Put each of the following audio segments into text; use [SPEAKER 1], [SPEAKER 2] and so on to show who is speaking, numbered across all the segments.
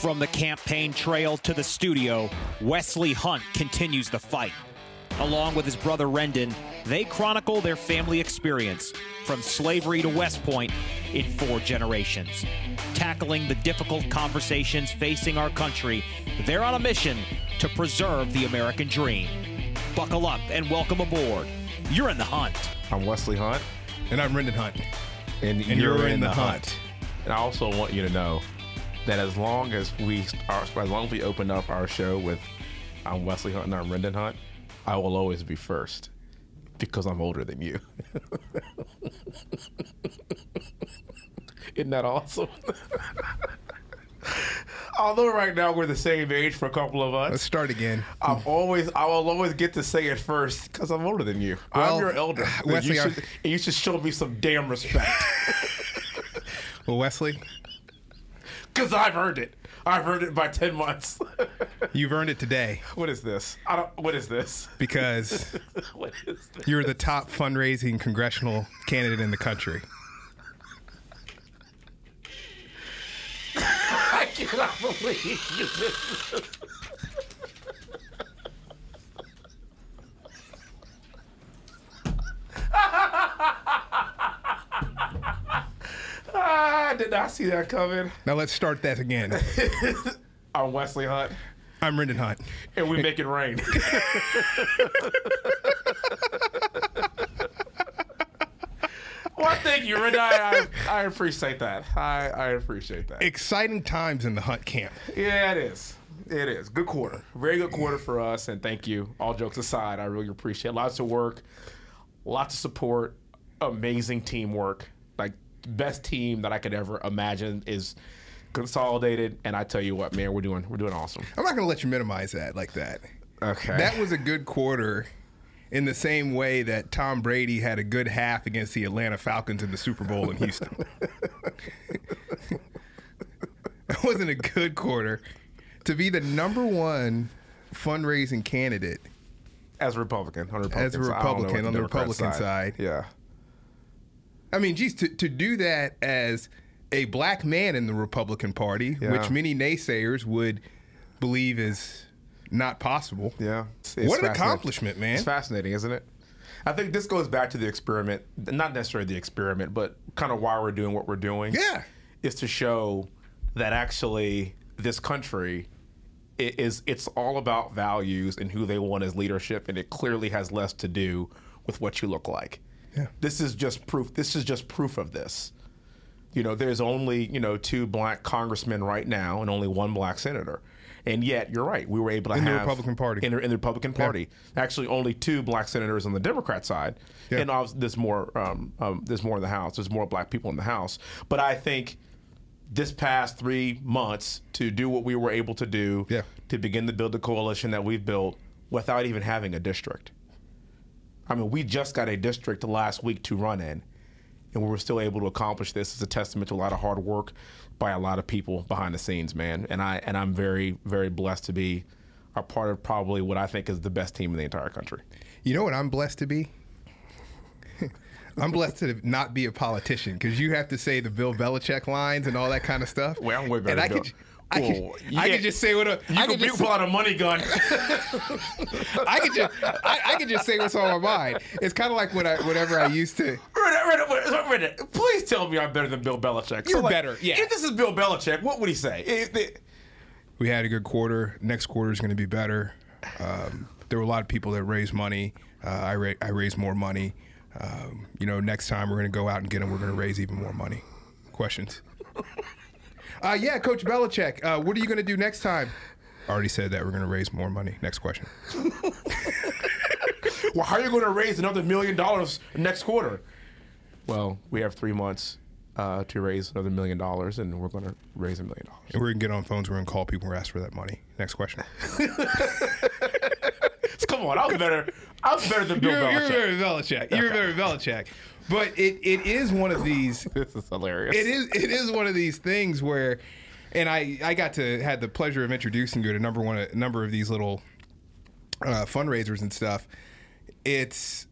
[SPEAKER 1] From the campaign trail to the studio, Wesley Hunt continues the fight. Along with his brother Rendon, they chronicle their family experience from slavery to West Point in four generations. Tackling the difficult conversations facing our country, they're on a mission to preserve the American dream. Buckle up and welcome aboard. You're in the hunt.
[SPEAKER 2] I'm Wesley Hunt,
[SPEAKER 3] And I'm Rendon Hunt.
[SPEAKER 2] and,
[SPEAKER 3] And you're, in, the, hunt.
[SPEAKER 2] And I also want you to know that as long as we are, as long as we open up our show with I'm Wesley Hunt and I'm Rendon Hunt, I will always be first because I'm older than you. Isn't that awesome? Although right now we're the same age for a couple of
[SPEAKER 3] Let's
[SPEAKER 2] us,
[SPEAKER 3] start again.
[SPEAKER 2] I'm always I will always get to say it first because I'm older than you. I'm
[SPEAKER 3] Well,
[SPEAKER 2] your elder.
[SPEAKER 3] Wesley,
[SPEAKER 2] you
[SPEAKER 3] I-
[SPEAKER 2] should, and you should show me some damn respect.
[SPEAKER 3] Well, Wesley,
[SPEAKER 2] Because I've earned it. I've earned it by 10 months.
[SPEAKER 3] you've earned it today
[SPEAKER 2] what is this? I don't, what is this?
[SPEAKER 3] because
[SPEAKER 2] What is this?
[SPEAKER 3] you're the top fundraising congressional candidate in the country.
[SPEAKER 2] I cannot believe you did this. Ah, I did not see that coming.
[SPEAKER 3] Now let's start that again.
[SPEAKER 2] I'm Wesley Hunt,
[SPEAKER 3] I'm Rendon Hunt.
[SPEAKER 2] and we make it rain. well, thank you, Renee. I, I appreciate that. I, I appreciate that.
[SPEAKER 3] Exciting times in the Hunt camp.
[SPEAKER 2] Yeah, it is. It is. Good quarter. Very good quarter for us, and thank you. All jokes aside, I really appreciate it. Lots of work, lots of support, amazing teamwork. Like, best team that I could ever imagine is consolidated, and I tell you what, man, we're doing we're doing awesome.
[SPEAKER 3] I'm not going to let you minimize that like that.
[SPEAKER 2] Okay.
[SPEAKER 3] That was a good quarter in the same way that Tom Brady had a good half against the Atlanta Falcons in the Super Bowl in Houston. that wasn't a good quarter. To be the number one fundraising candidate
[SPEAKER 2] as a Republican, on the Republican
[SPEAKER 3] As a
[SPEAKER 2] side, I don't know
[SPEAKER 3] Republican,
[SPEAKER 2] what
[SPEAKER 3] on the
[SPEAKER 2] Democrat
[SPEAKER 3] Republican side.
[SPEAKER 2] Yeah.
[SPEAKER 3] I mean, geez, to, to do that as a black man in the Republican Party,
[SPEAKER 2] Yeah.
[SPEAKER 3] which many naysayers would believe is not possible.
[SPEAKER 2] Yeah. It's- it's
[SPEAKER 3] What an
[SPEAKER 2] fascinating.
[SPEAKER 3] accomplishment, man.
[SPEAKER 2] It's fascinating, isn't it? I think this goes back to the experiment, not necessarily the experiment, but kind of why we're doing what we're doing.
[SPEAKER 3] Yeah.
[SPEAKER 2] Is to show that actually this country i- is it's all about values and who they want as leadership and it clearly has less to do with what you look like.
[SPEAKER 3] Yeah.
[SPEAKER 2] This is just proof this is just proof of this. You know, there's only, you know, two black congressmen right now and only one black senator. And yet, you're right. We were able to
[SPEAKER 3] In the
[SPEAKER 2] have
[SPEAKER 3] Republican Party.
[SPEAKER 2] in the, in the Republican Party. Actually, only two black senators on the Democrat side,
[SPEAKER 3] Yeah.
[SPEAKER 2] and obviously there's more. Um, um, there's more in the House. There's more black people in the House. But I think this past three months to do what we were able to do
[SPEAKER 3] Yeah.
[SPEAKER 2] to begin to build the coalition that we've built without even having a district. I mean, we just got a district last week to run in, and we were still able to accomplish this. It's a testament to a lot of hard work by a lot of people behind the scenes, man. And I and I'm very very blessed to be a part of probably what I think is the best team in the entire country.
[SPEAKER 3] You know what I'm blessed to be? I'm blessed to not be a politician because you have to say the Bill Belichick lines and all that kind of stuff.
[SPEAKER 2] Well, I'm way better
[SPEAKER 3] And I
[SPEAKER 2] than
[SPEAKER 3] could,
[SPEAKER 2] Bill.
[SPEAKER 3] I could,
[SPEAKER 2] Whoa, you
[SPEAKER 3] I could
[SPEAKER 2] can't-
[SPEAKER 3] just say what a,
[SPEAKER 2] You
[SPEAKER 3] I
[SPEAKER 2] can
[SPEAKER 3] could
[SPEAKER 2] people
[SPEAKER 3] just,
[SPEAKER 2] pull out a money gun.
[SPEAKER 3] I could just, I, I could just say what's on my mind. It's kind of like when I, whenever I used to.
[SPEAKER 2] Wait a- wait a- wait a- Please tell me I'm better than Bill Belichick.
[SPEAKER 3] You're better, yeah.
[SPEAKER 2] If this is Bill Belichick, what would he say? If it-
[SPEAKER 3] We had a good quarter. Next quarter is going to be better. Um, there were a lot of people that raised money. Uh, I, ra- I raised more money. Um, you know, next time we're going to go out and get them. We're going to raise even more money. Questions? Uh, yeah, Coach Belichick, uh, what are you going to do next time? I already said that we're going to raise more money. Next question.
[SPEAKER 2] well, how are you going to raise another million dollars next quarter? Well, we have three months uh, to raise another million dollars, and we're going to raise a million dollars.
[SPEAKER 3] And we're going to get on phones. We're going to call people and ask for that money. Next question.
[SPEAKER 2] Come on, I was better. I was better than Bill
[SPEAKER 3] You're, you're
[SPEAKER 2] Belichick.
[SPEAKER 3] very Belichick. You're very Belichick. But it, it is one of these
[SPEAKER 2] This is hilarious.
[SPEAKER 3] it is it is one of these things where and I, I got to had the pleasure of introducing you to number one a number of these little uh, fundraisers and stuff. It's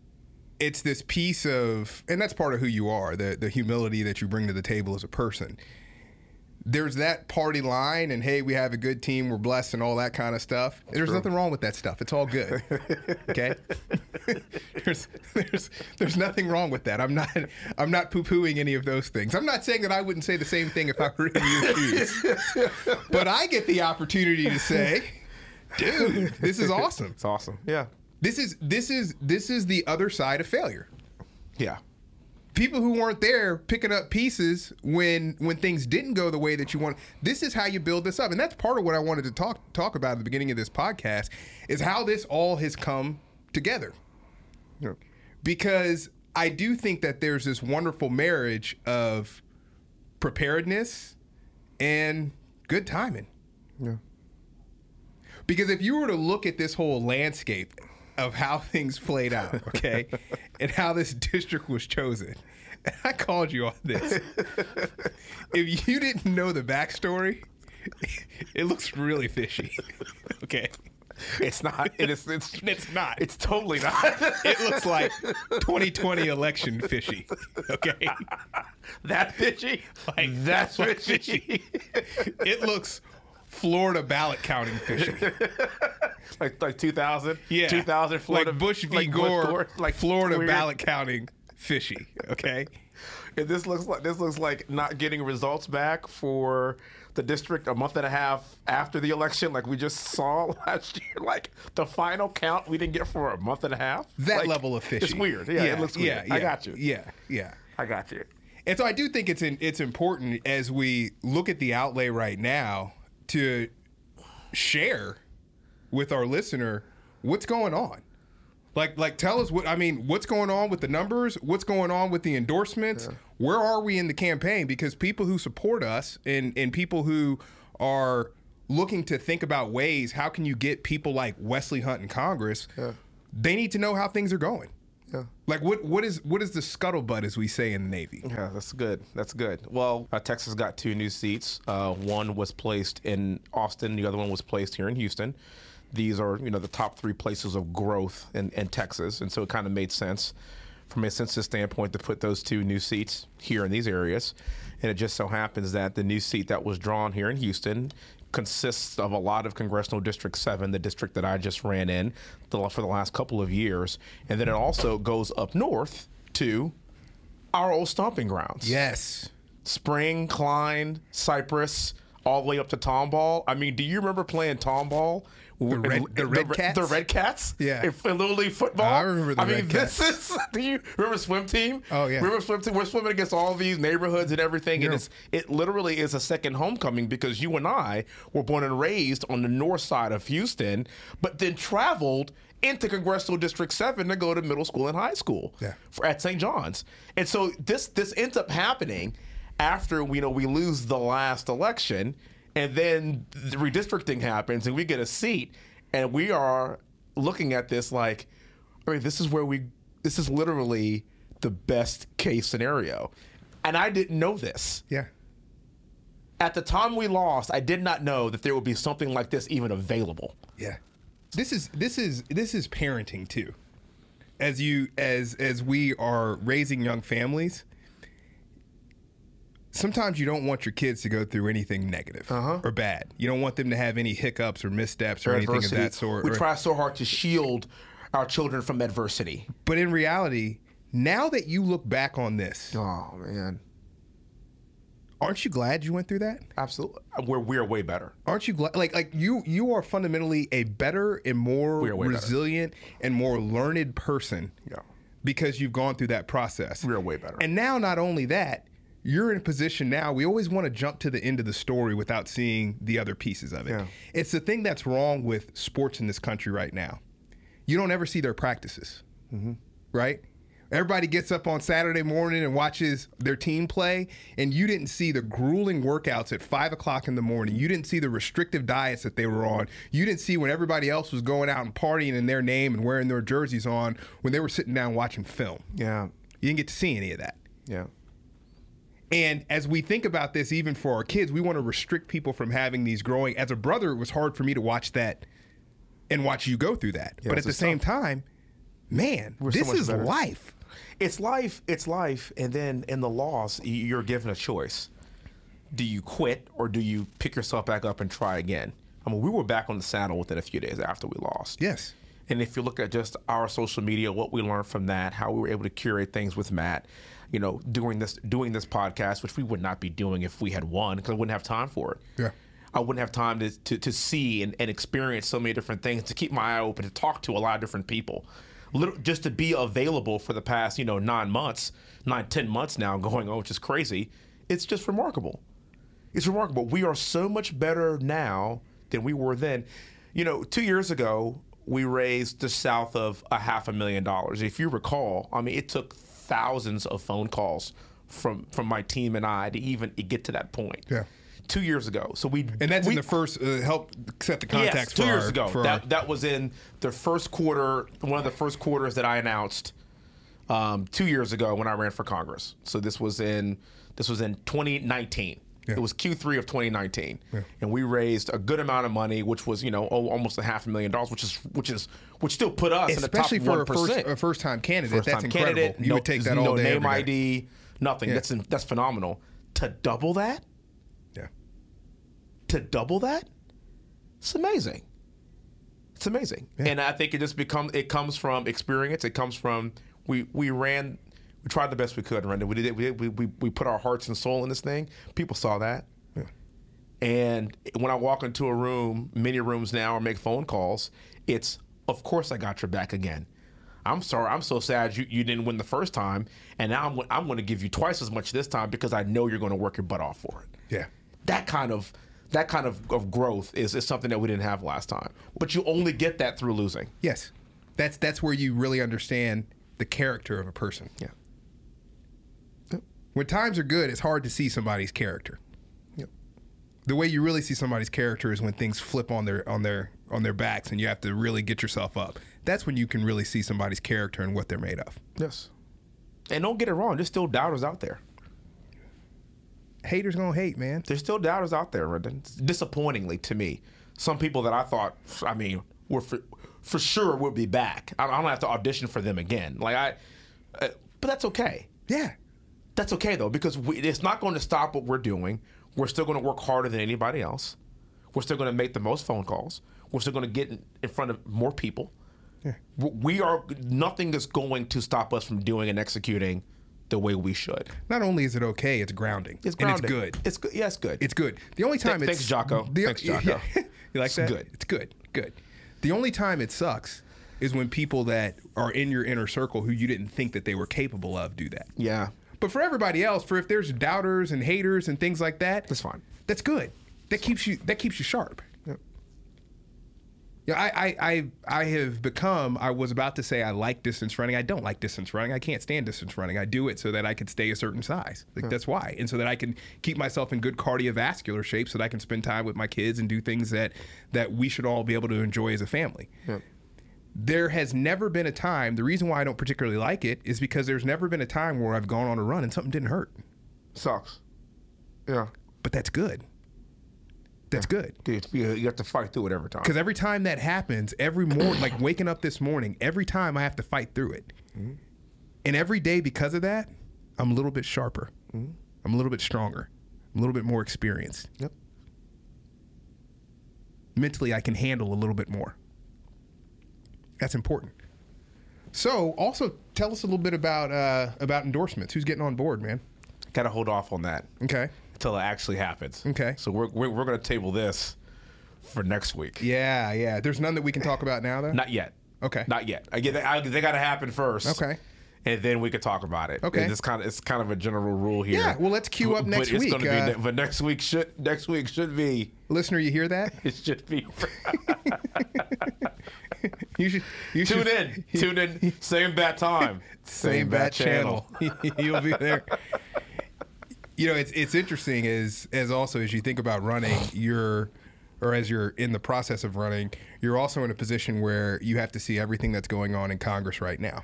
[SPEAKER 3] it's this piece of and that's part of who you are the the humility that you bring to the table as a person. there's that party line and hey, we have a good team, we're blessed and all that kind of stuff. There's nothing wrong with that stuff. It's all good. Okay? there's there's there's nothing wrong with that. I'm not I'm not poo-pooing any of those things. I'm not saying that I wouldn't say the same thing if I were in your shoes. but I get the opportunity to say, dude, this is awesome.
[SPEAKER 2] It's awesome. Yeah.
[SPEAKER 3] This is this is this is the other side of failure
[SPEAKER 2] Yeah.
[SPEAKER 3] people who weren't there picking up pieces when when things didn't go the way that you want. This is how you build this up, and that's part of what I wanted to talk talk about at the beginning of this podcast is how this all has come together. You know, Because I do think that there's this wonderful marriage of preparedness and good timing.
[SPEAKER 2] Yeah.
[SPEAKER 3] Because if you were to look at this whole landscape of how things played out, okay, and how this district was chosen, and I called you on this. if you didn't know the backstory, it looks really fishy. Okay.
[SPEAKER 2] It's not. It is. It's.
[SPEAKER 3] It's not.
[SPEAKER 2] It's totally not.
[SPEAKER 3] It looks like 2020 election fishy. Okay.
[SPEAKER 2] that fishy. That's fishy.
[SPEAKER 3] It looks Florida ballot counting fishy.
[SPEAKER 2] like like 2000.
[SPEAKER 3] Yeah.
[SPEAKER 2] 2000 Florida.
[SPEAKER 3] like Bush v.
[SPEAKER 2] like Bush
[SPEAKER 3] Gore,
[SPEAKER 2] Gore,
[SPEAKER 3] like Florida ballot counting fishy. Okay.
[SPEAKER 2] And this looks like this looks like not getting results back for the district a month and a half after the election, like we just saw last year. Like the final count we didn't get for a month and a half.
[SPEAKER 3] that
[SPEAKER 2] Like,
[SPEAKER 3] level of fishy.
[SPEAKER 2] It's weird. Yeah, it looks weird. I got you.
[SPEAKER 3] Yeah, yeah.
[SPEAKER 2] I got you.
[SPEAKER 3] And so I do think it's in, it's important as we look at the outlay right now to share with our listener what's going on. Like like tell us what I mean, what's going on with the numbers? What's going on with the endorsements? Where are we in the campaign because people who support us and and people who are looking to think about ways how can you get people like Wesley Hunt in Congress? They need to know how things are going.
[SPEAKER 2] Yeah.
[SPEAKER 3] Like what what is what is the scuttlebutt as we say in the Navy?
[SPEAKER 2] Yeah, that's good. That's good. Well, uh, Texas got two new seats. Uh, one was placed in Austin. The other one was placed here in Houston. These are, you know, the top three places of growth in, in Texas, and so it kind of made sense from a census standpoint to put those two new seats here in these areas. And it just so happens that the new seat that was drawn here in Houston consists of a lot of congressional district 7 the district that i just ran in the, for the last couple of years and then it also goes up north to our old stomping grounds.
[SPEAKER 3] Yes.
[SPEAKER 2] Spring, Klein, Cypress, all the way up to Tomball. I mean, do you remember playing Tomball? The
[SPEAKER 3] red- the Red Cats?
[SPEAKER 2] The Red Cats?
[SPEAKER 3] Yeah.
[SPEAKER 2] In, in Little League football?
[SPEAKER 3] I remember the
[SPEAKER 2] I mean,
[SPEAKER 3] Red
[SPEAKER 2] this is, do you remember swim team?
[SPEAKER 3] Oh, yeah.
[SPEAKER 2] Remember swim team? We're swimming against all these neighborhoods and everything. And
[SPEAKER 3] Yeah.
[SPEAKER 2] it's, it literally is a second homecoming because you and I were born and raised on the north side of Houston, but then traveled into Congressional District 7 to go to middle school and high school
[SPEAKER 3] Yeah.
[SPEAKER 2] for, at St. John's. And so this this ends up happening after we you know we lose the last election, and then the redistricting happens, and we get a seat, and we are looking at this like, I mean, this is where we this is literally the best case scenario, and I didn't know this
[SPEAKER 3] Yeah.
[SPEAKER 2] at the time we lost. I did not know that there would be something like this even available.
[SPEAKER 3] Yeah. This is this is this is parenting too. As you as as we are raising young families, sometimes you don't want your kids to go through anything negative
[SPEAKER 2] Uh-huh.
[SPEAKER 3] or bad. You don't want them to have any hiccups or missteps or anything of
[SPEAKER 2] Adversity.
[SPEAKER 3] that sort.
[SPEAKER 2] we
[SPEAKER 3] or-
[SPEAKER 2] try so hard to shield our children from adversity.
[SPEAKER 3] But in reality, now that you look back on this,
[SPEAKER 2] Oh man.
[SPEAKER 3] aren't you glad you went through that?
[SPEAKER 2] Absolutely. Uh, We're we're way better.
[SPEAKER 3] aren't you glad like like you you are fundamentally a better and more
[SPEAKER 2] We are way better.
[SPEAKER 3] resilient and more learned person
[SPEAKER 2] Yeah.
[SPEAKER 3] because you've gone through that process
[SPEAKER 2] We are way better.
[SPEAKER 3] and now not only that you're in a position now we always want to jump to the end of the story without seeing the other pieces of it
[SPEAKER 2] Yeah.
[SPEAKER 3] it's the thing that's wrong with sports in this country right now you don't ever see their practices right? Everybody gets up on Saturday morning and watches their team play, and you didn't see the grueling workouts at five o'clock in the morning. You didn't see the restrictive diets that they were on. You didn't see when everybody else was going out and partying in their name and wearing their jerseys on when they were sitting down watching film.
[SPEAKER 2] Yeah.
[SPEAKER 3] You didn't get to see any of that.
[SPEAKER 2] Yeah.
[SPEAKER 3] And as we think about this, even for our kids, we want to restrict people from having these growing. As a brother, it was hard for me to watch that and watch you go through that. but at
[SPEAKER 2] it's
[SPEAKER 3] the
[SPEAKER 2] just
[SPEAKER 3] same time, man,
[SPEAKER 2] so
[SPEAKER 3] this
[SPEAKER 2] much
[SPEAKER 3] is
[SPEAKER 2] better.
[SPEAKER 3] life.
[SPEAKER 2] It's life. It's life. And then in the loss, y- you're given a choice. do you quit or do you pick yourself back up and try again? I mean, we were back on the saddle within a few days after we lost.
[SPEAKER 3] Yes.
[SPEAKER 2] And if you look at just our social media, what we learned from that, how we were able to curate things with Matt, you know, doing this doing this podcast, which we would not be doing if we had won, because I wouldn't have time for it.
[SPEAKER 3] Yeah.
[SPEAKER 2] I wouldn't have time to, to, to see and, and experience so many different things, to keep my eye open, to talk to a lot of different people. Lit- just to be available for the past, you know, nine months, nine, ten months now going on, which is crazy. It's just remarkable. It's remarkable. We are so much better now than we were then. You know, two years ago, we raised just south of a half a million dollars. If you recall, I mean, it took thousands of phone calls from from my team and I to even get to that point.
[SPEAKER 3] Yeah.
[SPEAKER 2] Two years ago, so we
[SPEAKER 3] And that's
[SPEAKER 2] we,
[SPEAKER 3] in the first uh, help set the
[SPEAKER 2] Yes,
[SPEAKER 3] contacts
[SPEAKER 2] two
[SPEAKER 3] for
[SPEAKER 2] years
[SPEAKER 3] our-
[SPEAKER 2] ago.
[SPEAKER 3] for
[SPEAKER 2] That,
[SPEAKER 3] our-
[SPEAKER 2] that was in the first quarter, one of the first quarters that I announced um, two years ago when I ran for Congress. So this was in this was in 2019.
[SPEAKER 3] Yeah.
[SPEAKER 2] It was Q3 of 2019, and we raised a good amount of money, which was you know al- almost a half a million dollars, which is which is which still put us
[SPEAKER 3] especially
[SPEAKER 2] in the top
[SPEAKER 3] for a first,
[SPEAKER 2] 1%.
[SPEAKER 3] a first time candidate. that's
[SPEAKER 2] First-time
[SPEAKER 3] incredible.
[SPEAKER 2] candidate,
[SPEAKER 3] you
[SPEAKER 2] no-
[SPEAKER 3] would take that
[SPEAKER 2] no
[SPEAKER 3] all day.
[SPEAKER 2] name
[SPEAKER 3] every day.
[SPEAKER 2] ID, nothing. That's that's phenomenal. To double that,
[SPEAKER 3] Yeah.
[SPEAKER 2] to double that it's amazing it's amazing and i think it just becomes it comes from experience it comes from we we ran we tried the best we could Rendon. we did it we, did, we, we, we put our hearts and soul in this thing people saw that and when i walk into a room many rooms now or make phone calls it's of course i got your back again I'm sorry. I'm so sad you, you didn't win the first time, and now I'm go- I'm going to give you twice as much this time because I know you're going to work your butt off for it
[SPEAKER 3] Yeah.
[SPEAKER 2] that kind of that kind of, of growth is, is something that we didn't have last time. But you only get that through losing.
[SPEAKER 3] Yes. That's that's where you really understand the character of a person.
[SPEAKER 2] Yeah.
[SPEAKER 3] When times are good, it's hard to see somebody's character.
[SPEAKER 2] Yep.
[SPEAKER 3] The way you really see somebody's character is when things flip on their on their on their backs and you have to really get yourself up. That's when you can really see somebody's character and what they're made of.
[SPEAKER 2] Yes. And don't get it wrong, there's still doubters out there.
[SPEAKER 3] Haters gonna hate, man.
[SPEAKER 2] There's still doubters out there, Rendon. Disappointingly to me, some people that I thought, I mean, were for, for sure would be back. I, I don't have to audition for them again. Like I, uh, but that's okay.
[SPEAKER 3] Yeah.
[SPEAKER 2] That's okay though, because we, it's not going to stop what we're doing. We're still going to work harder than anybody else. We're still going to make the most phone calls. We're still going to get in, in front of more people. W- We are nothing is going to stop us from doing and executing the way we should.
[SPEAKER 3] Not only is it okay, it's grounding.
[SPEAKER 2] It's grounded.
[SPEAKER 3] And it's good.
[SPEAKER 2] It's good. Yeah, it's good.
[SPEAKER 3] It's good. The only time
[SPEAKER 2] Th-
[SPEAKER 3] it's
[SPEAKER 2] thanks, Jocko.
[SPEAKER 3] the-
[SPEAKER 2] Thanks, Jocko.
[SPEAKER 3] you like
[SPEAKER 2] It's
[SPEAKER 3] that?
[SPEAKER 2] good.
[SPEAKER 3] It's good. Good. The only time it sucks is when people that are in your inner circle who you didn't think that they were capable of do that.
[SPEAKER 2] yeah.
[SPEAKER 3] But for everybody else, for if there's doubters and haters and things like that,
[SPEAKER 2] That's fine.
[SPEAKER 3] That's good. That keeps you that keeps you sharp. Yeah, I, I, I, I have become, I was about to say I like distance running. I don't like distance running. I can't stand distance running. I do it so that I can stay a certain size. Like, That's why. And so that I can keep myself in good cardiovascular shape so that I can spend time with my kids and do things that, that we should all be able to enjoy as a family. There has never been a time, the reason why I don't particularly like it is because there's never been a time where I've gone on a run and something didn't hurt.
[SPEAKER 2] Sucks. Yeah.
[SPEAKER 3] But that's good. That's good.
[SPEAKER 2] Dude, you, you have to fight through it every time.
[SPEAKER 3] Because every time that happens, every morning, like waking up this morning, every time I have to fight through it. And every day, because of that, I'm a little bit sharper. I'm a little bit stronger. I'm a little bit more experienced.
[SPEAKER 2] Yep.
[SPEAKER 3] Mentally, I can handle a little bit more. That's important. So, also tell us a little bit about uh, about endorsements. Who's getting on board, man?
[SPEAKER 2] Got to hold off on that
[SPEAKER 3] Okay.
[SPEAKER 2] until it actually happens.
[SPEAKER 3] Okay.
[SPEAKER 2] So we're we're, we're going to table this for next week.
[SPEAKER 3] Yeah, yeah. There's none that we can talk about now, though.
[SPEAKER 2] Not yet.
[SPEAKER 3] Okay.
[SPEAKER 2] Not yet. I get. I, they got to happen first.
[SPEAKER 3] Okay.
[SPEAKER 2] And then we could talk about it.
[SPEAKER 3] Okay.
[SPEAKER 2] And It's kind of it's kind of a general rule here.
[SPEAKER 3] Yeah, well, let's queue up
[SPEAKER 2] But
[SPEAKER 3] next
[SPEAKER 2] it's
[SPEAKER 3] week,
[SPEAKER 2] Gonna be
[SPEAKER 3] uh,
[SPEAKER 2] ne- but next week should next week should be
[SPEAKER 3] Listener, you hear that?
[SPEAKER 2] it should be.
[SPEAKER 3] You should you
[SPEAKER 2] tune
[SPEAKER 3] should,
[SPEAKER 2] in. Tune in. Same bat time.
[SPEAKER 3] same bat channel. You'll be there. You know, it's it's interesting as as also as you think about running, you're or as you're in the process of running, you're also in a position where you have to see everything that's going on in Congress right now.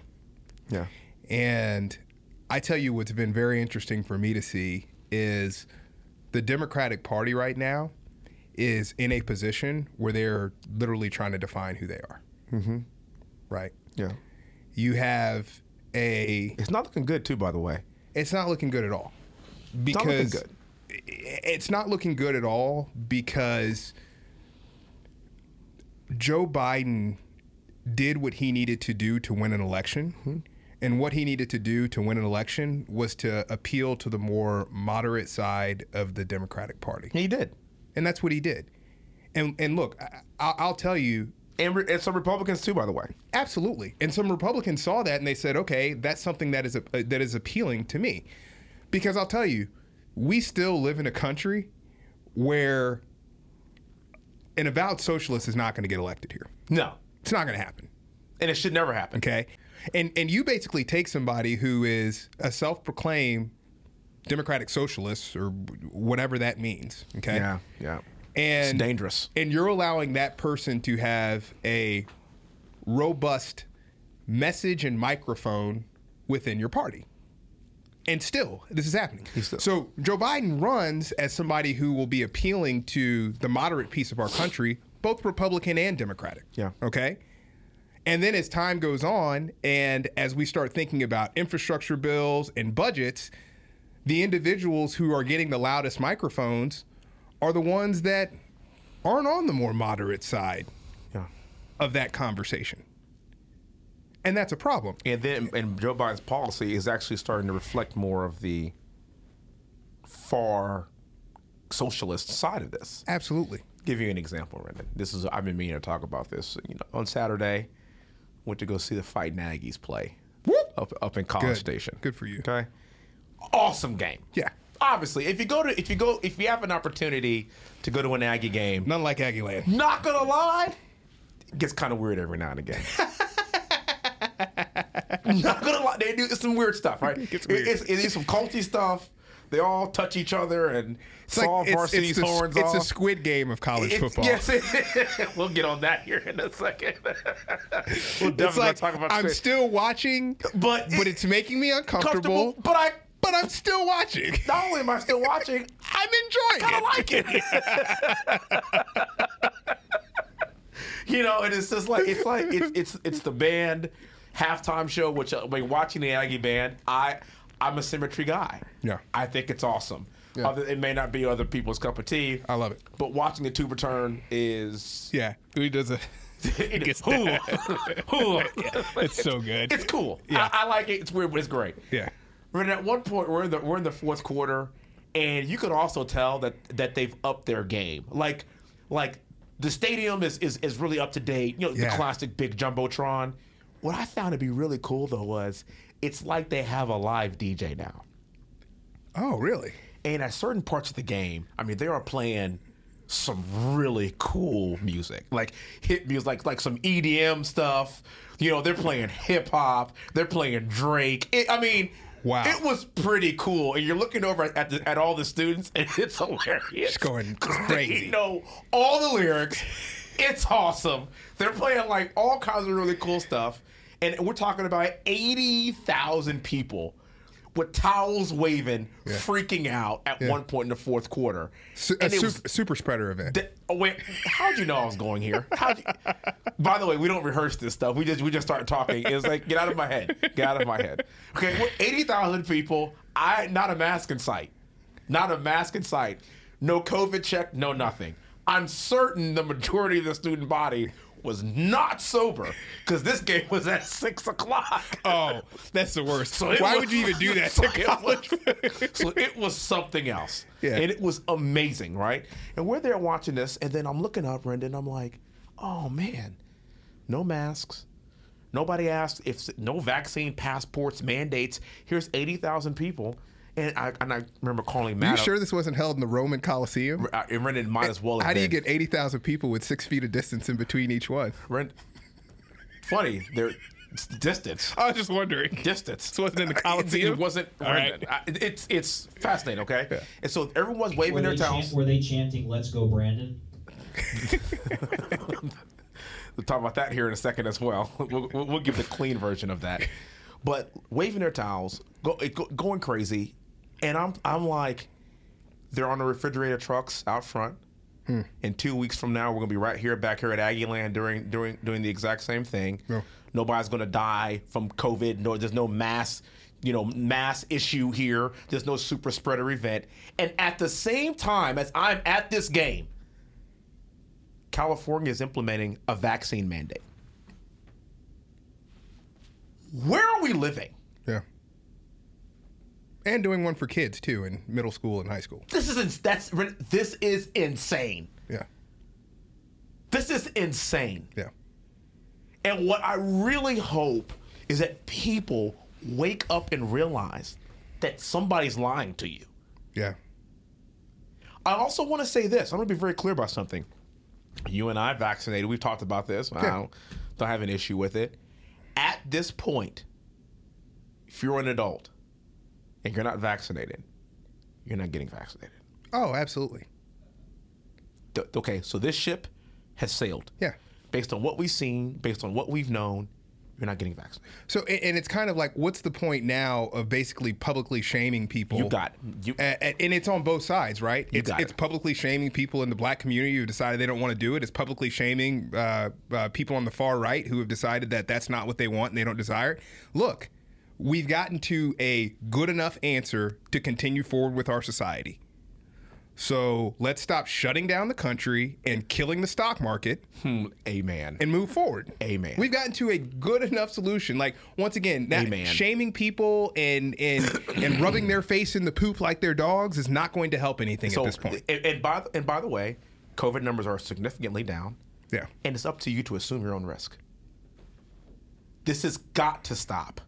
[SPEAKER 2] Yeah.
[SPEAKER 3] And I tell you what's been very interesting for me to see is the Democratic Party right now is in a position where they're literally trying to define who they are. Mm-hmm. Right.
[SPEAKER 2] Yeah.
[SPEAKER 3] You have a
[SPEAKER 2] It's not looking good too, by the way.
[SPEAKER 3] it's not looking good at all.
[SPEAKER 2] not looking
[SPEAKER 3] Because
[SPEAKER 2] good.
[SPEAKER 3] it's not looking good at all because Joe Biden did what he needed to do to win an election.
[SPEAKER 2] Mm-hmm.
[SPEAKER 3] And what he needed to do to win an election was to appeal to the more moderate side of the Democratic Party.
[SPEAKER 2] He did.
[SPEAKER 3] And that's what he did. And, and look, I, I- I'll tell you,
[SPEAKER 2] And, re- and some Republicans too, by the way.
[SPEAKER 3] Absolutely. And some Republicans saw that and they said, "Okay, that's something that is a, uh, that is appealing to me." Because I'll tell you, we still live in a country where an avowed socialist is not going to get elected here.
[SPEAKER 2] No,
[SPEAKER 3] It's not going to happen,
[SPEAKER 2] and it should never happen.
[SPEAKER 3] okay? And and you basically take somebody who is a self-proclaimed democratic socialist or whatever that means, okay?
[SPEAKER 2] Yeah, yeah.
[SPEAKER 3] and
[SPEAKER 2] It's dangerous.
[SPEAKER 3] And you're allowing that person to have a robust message and microphone within your party. And still, this is happening.
[SPEAKER 2] still-
[SPEAKER 3] So Joe Biden runs as somebody who will be appealing to the moderate piece of our country, both Republican and Democratic.
[SPEAKER 2] Yeah.
[SPEAKER 3] Okay. And then as time goes on, and as we start thinking about infrastructure bills and budgets, the individuals who are getting the loudest microphones are the ones that aren't on the more moderate side
[SPEAKER 2] Yeah.
[SPEAKER 3] of that conversation. And that's a problem.
[SPEAKER 2] And then, and Joe Biden's policy is actually starting to reflect more of the far socialist side of this.
[SPEAKER 3] Absolutely.
[SPEAKER 2] give you an example, Rendon. This is I've been meaning to talk about this. You know, on Saturday, went to go see the Fight Nagy's play
[SPEAKER 3] Whoop.
[SPEAKER 2] up up in College
[SPEAKER 3] Good.
[SPEAKER 2] Station.
[SPEAKER 3] Good for you.
[SPEAKER 2] Okay, awesome game.
[SPEAKER 3] Yeah.
[SPEAKER 2] obviously, if you go to if you go if you have an opportunity to go to an Aggie game,
[SPEAKER 3] None like Aggie Land.
[SPEAKER 2] not gonna lie, it gets kind of weird every now and again. not gonna lie, they do some weird stuff, right?
[SPEAKER 3] gets weird.
[SPEAKER 2] It's, it's, some culty stuff. They all touch each other and
[SPEAKER 3] It's like
[SPEAKER 2] saw
[SPEAKER 3] it's,
[SPEAKER 2] varsity's
[SPEAKER 3] it's, the,
[SPEAKER 2] horns
[SPEAKER 3] it's the
[SPEAKER 2] off.
[SPEAKER 3] squid game of college
[SPEAKER 2] It's-
[SPEAKER 3] football.
[SPEAKER 2] Yes, we'll get on that here in a second. we'll definitely
[SPEAKER 3] it's like
[SPEAKER 2] talk about
[SPEAKER 3] I'm
[SPEAKER 2] Squid-
[SPEAKER 3] still watching,
[SPEAKER 2] But
[SPEAKER 3] but
[SPEAKER 2] it-
[SPEAKER 3] it's making me
[SPEAKER 2] comfortable,
[SPEAKER 3] uncomfortable.
[SPEAKER 2] but I.
[SPEAKER 3] But I'm still watching.
[SPEAKER 2] Not only am I still watching,
[SPEAKER 3] I'm enjoying
[SPEAKER 2] I
[SPEAKER 3] it.
[SPEAKER 2] like it. you know, and it's just like it's like it's it's it's the band halftime show, which uh, when watching the Aggie band, I I'm a symmetry guy.
[SPEAKER 3] Yeah.
[SPEAKER 2] I think it's awesome.
[SPEAKER 3] Yeah.
[SPEAKER 2] Other, it may not be other people's cup of tea.
[SPEAKER 3] I love it.
[SPEAKER 2] But watching the tube return is
[SPEAKER 3] Yeah, he does a.
[SPEAKER 2] it's cool.
[SPEAKER 3] It's so good.
[SPEAKER 2] It's cool.
[SPEAKER 3] Yeah.
[SPEAKER 2] I, I like it. It's weird, but it's great.
[SPEAKER 3] Yeah.
[SPEAKER 2] But at one point, we're in the we're in the fourth quarter, and you could also tell that that they've upped their game. Like, like the stadium is is, is really up to date. You know, the
[SPEAKER 3] Yeah.
[SPEAKER 2] classic big jumbotron. What I found to be really cool though was it's like they have a live DJ now.
[SPEAKER 3] Oh, really?
[SPEAKER 2] And at certain parts of the game, I mean, they are playing some really cool music, like hit music, like like some EDM stuff. You know, they're playing hip hop, they're playing Drake. It, I mean,
[SPEAKER 3] Wow.
[SPEAKER 2] it was pretty cool. And you're looking over at the, at all the students, and it's hilarious. It's
[SPEAKER 3] going
[SPEAKER 2] They
[SPEAKER 3] crazy.
[SPEAKER 2] know all the lyrics. It's awesome. They're playing like all kinds of really cool stuff, and we're talking about eighty thousand people. With towels waving, freaking out at one point in the fourth quarter.
[SPEAKER 3] Su- a
[SPEAKER 2] and it
[SPEAKER 3] super,
[SPEAKER 2] was
[SPEAKER 3] super spreader event.
[SPEAKER 2] th- oh, wait, how'd you know I was going here? How'd you- By the way, we don't rehearse this stuff. We just we just start talking. It's like get out of my head, get out of my head. Okay, well, eighty thousand people. I not a mask in sight, not a mask in sight. No COVID check, no nothing. I'm certain the majority of the student body was not sober because this game was at six o'clock.
[SPEAKER 3] oh, that's the worst.
[SPEAKER 2] So it
[SPEAKER 3] Why
[SPEAKER 2] was-
[SPEAKER 3] would you even do that?
[SPEAKER 2] so
[SPEAKER 3] to
[SPEAKER 2] it
[SPEAKER 3] college?
[SPEAKER 2] was- so it was something else.
[SPEAKER 3] Yeah.
[SPEAKER 2] And it was amazing, right? And we're there watching this, and then I'm looking up, Brendan. I'm like, oh man, no masks. Nobody asked if no vaccine passports mandates. Here's eighty thousand people, and I and I remember calling
[SPEAKER 3] Are
[SPEAKER 2] Matt.
[SPEAKER 3] you
[SPEAKER 2] up.
[SPEAKER 3] sure this wasn't held in the Roman Colosseum?
[SPEAKER 2] I- and Brendan might as well. have
[SPEAKER 3] How do you
[SPEAKER 2] been.
[SPEAKER 3] get 80,000 people with six feet of distance in between each one?
[SPEAKER 2] Brend- Funny, they're it's distance.
[SPEAKER 3] I was just wondering.
[SPEAKER 2] distance.
[SPEAKER 3] This wasn't in the
[SPEAKER 2] It-
[SPEAKER 3] Coliseum?
[SPEAKER 2] It wasn't.
[SPEAKER 3] All right.
[SPEAKER 2] I- It's it's fascinating. Okay.
[SPEAKER 3] Yeah.
[SPEAKER 2] And so everyone's
[SPEAKER 4] Were
[SPEAKER 2] waving their
[SPEAKER 4] they,
[SPEAKER 2] towels.
[SPEAKER 4] chant- were they chanting "Let's go, Brandon"?
[SPEAKER 2] We'll talk about that here in a second as well. We'll, we'll, we'll give the clean version of that. But waving their towels, go, it go, going crazy, and I'm I'm like, they're on the refrigerator trucks out front. And two weeks from now, we're gonna be right here, back here at Aggie Land, during during doing the exact same thing.
[SPEAKER 3] Yeah.
[SPEAKER 2] Nobody's gonna die from COVID. No, there's no mass you know, mass issue here. There's no super spreader event. And at the same time as I'm at this game, California is implementing a vaccine mandate. Where are we living?
[SPEAKER 3] Yeah. And doing one for kids too in middle school and high school.
[SPEAKER 2] This is ins- that's this is insane.
[SPEAKER 3] Yeah.
[SPEAKER 2] This is insane.
[SPEAKER 3] Yeah.
[SPEAKER 2] And what I really hope is that people wake up and realize that somebody's lying to you.
[SPEAKER 3] Yeah.
[SPEAKER 2] I also want to say this. I'm going to be very clear about something. You and I vaccinated. We've talked about this. I don't, don't have an issue with it. At this point, if you're an adult and you're not vaccinated, you're not getting vaccinated.
[SPEAKER 3] Oh, absolutely.
[SPEAKER 2] D- okay, so this ship has sailed.
[SPEAKER 3] Yeah.
[SPEAKER 2] Based on what we've seen, based on what we've known, you're not getting vaccinated.
[SPEAKER 3] So and and it's kind of like what's the point now of basically publicly shaming people?
[SPEAKER 2] You got it. You-
[SPEAKER 3] A- a- and it's on both sides, right? it's
[SPEAKER 2] got
[SPEAKER 3] it's
[SPEAKER 2] it.
[SPEAKER 3] publicly shaming people in the black community who decided they don't want to do it. It's publicly shaming uh, uh, people on the far right who have decided that that's not what they want and they don't desire. it. Look, we've gotten to a good enough answer to continue forward with our society. So let's stop shutting down the country and killing the stock market
[SPEAKER 2] Amen.
[SPEAKER 3] and move forward.
[SPEAKER 2] Amen.
[SPEAKER 3] We've gotten to a good enough solution. Like once again, that
[SPEAKER 2] Amen.
[SPEAKER 3] shaming people and and and rubbing their face in the poop like they're dogs is not going to help anything
[SPEAKER 2] so,
[SPEAKER 3] at this point.
[SPEAKER 2] And, and by the, and by the way, COVID numbers are significantly down.
[SPEAKER 3] yeah.
[SPEAKER 2] and it's up to you to assume your own risk. This has got to stop.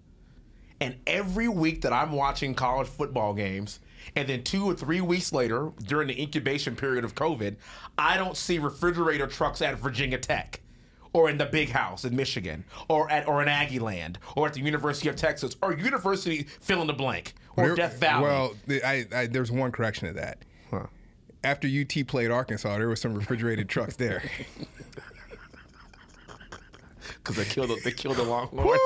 [SPEAKER 2] And every week that I'm watching college football games, and then two or three weeks later, during the incubation period of COVID, I don't see refrigerator trucks at Virginia Tech, or in the Big House in Michigan, or at or in Aggieland, or at the University of Texas, or University fill in the blank, or
[SPEAKER 3] There-
[SPEAKER 2] Death Valley.
[SPEAKER 3] Well, the- I, I, there's one correction to that. After UT played Arkansas, there was some refrigerated trucks there.
[SPEAKER 2] because they killed the, they killed the Longhorns.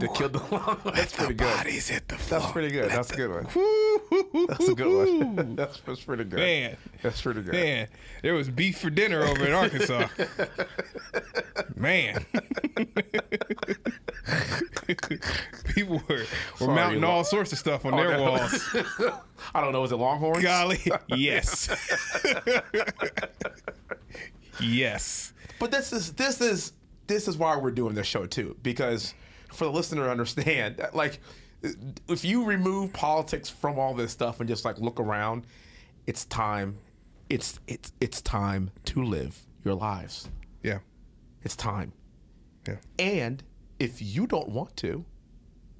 [SPEAKER 2] they killed the Longhorns. That's pretty good.
[SPEAKER 3] Bodies hit the floor.
[SPEAKER 2] That's pretty good. That's a good one. That's
[SPEAKER 3] That's
[SPEAKER 2] a good one. that's, that's pretty good.
[SPEAKER 3] Man.
[SPEAKER 2] That's pretty good.
[SPEAKER 3] Man, there was beef for dinner over in Arkansas. Man. People were, were
[SPEAKER 2] Sorry,
[SPEAKER 3] mounting
[SPEAKER 2] Lo-
[SPEAKER 3] all sorts of stuff on their
[SPEAKER 2] Oh, that
[SPEAKER 3] walls.
[SPEAKER 2] I don't know. Is it Longhorns?
[SPEAKER 3] Golly, yes. yes.
[SPEAKER 2] But this is this is this is why we're doing this show too, because for the listener to understand, like if you remove politics from all this stuff and just like look around, it's time. It's it's it's time to live your lives.
[SPEAKER 3] Yeah.
[SPEAKER 2] It's time.
[SPEAKER 3] Yeah.
[SPEAKER 2] And if you don't want to,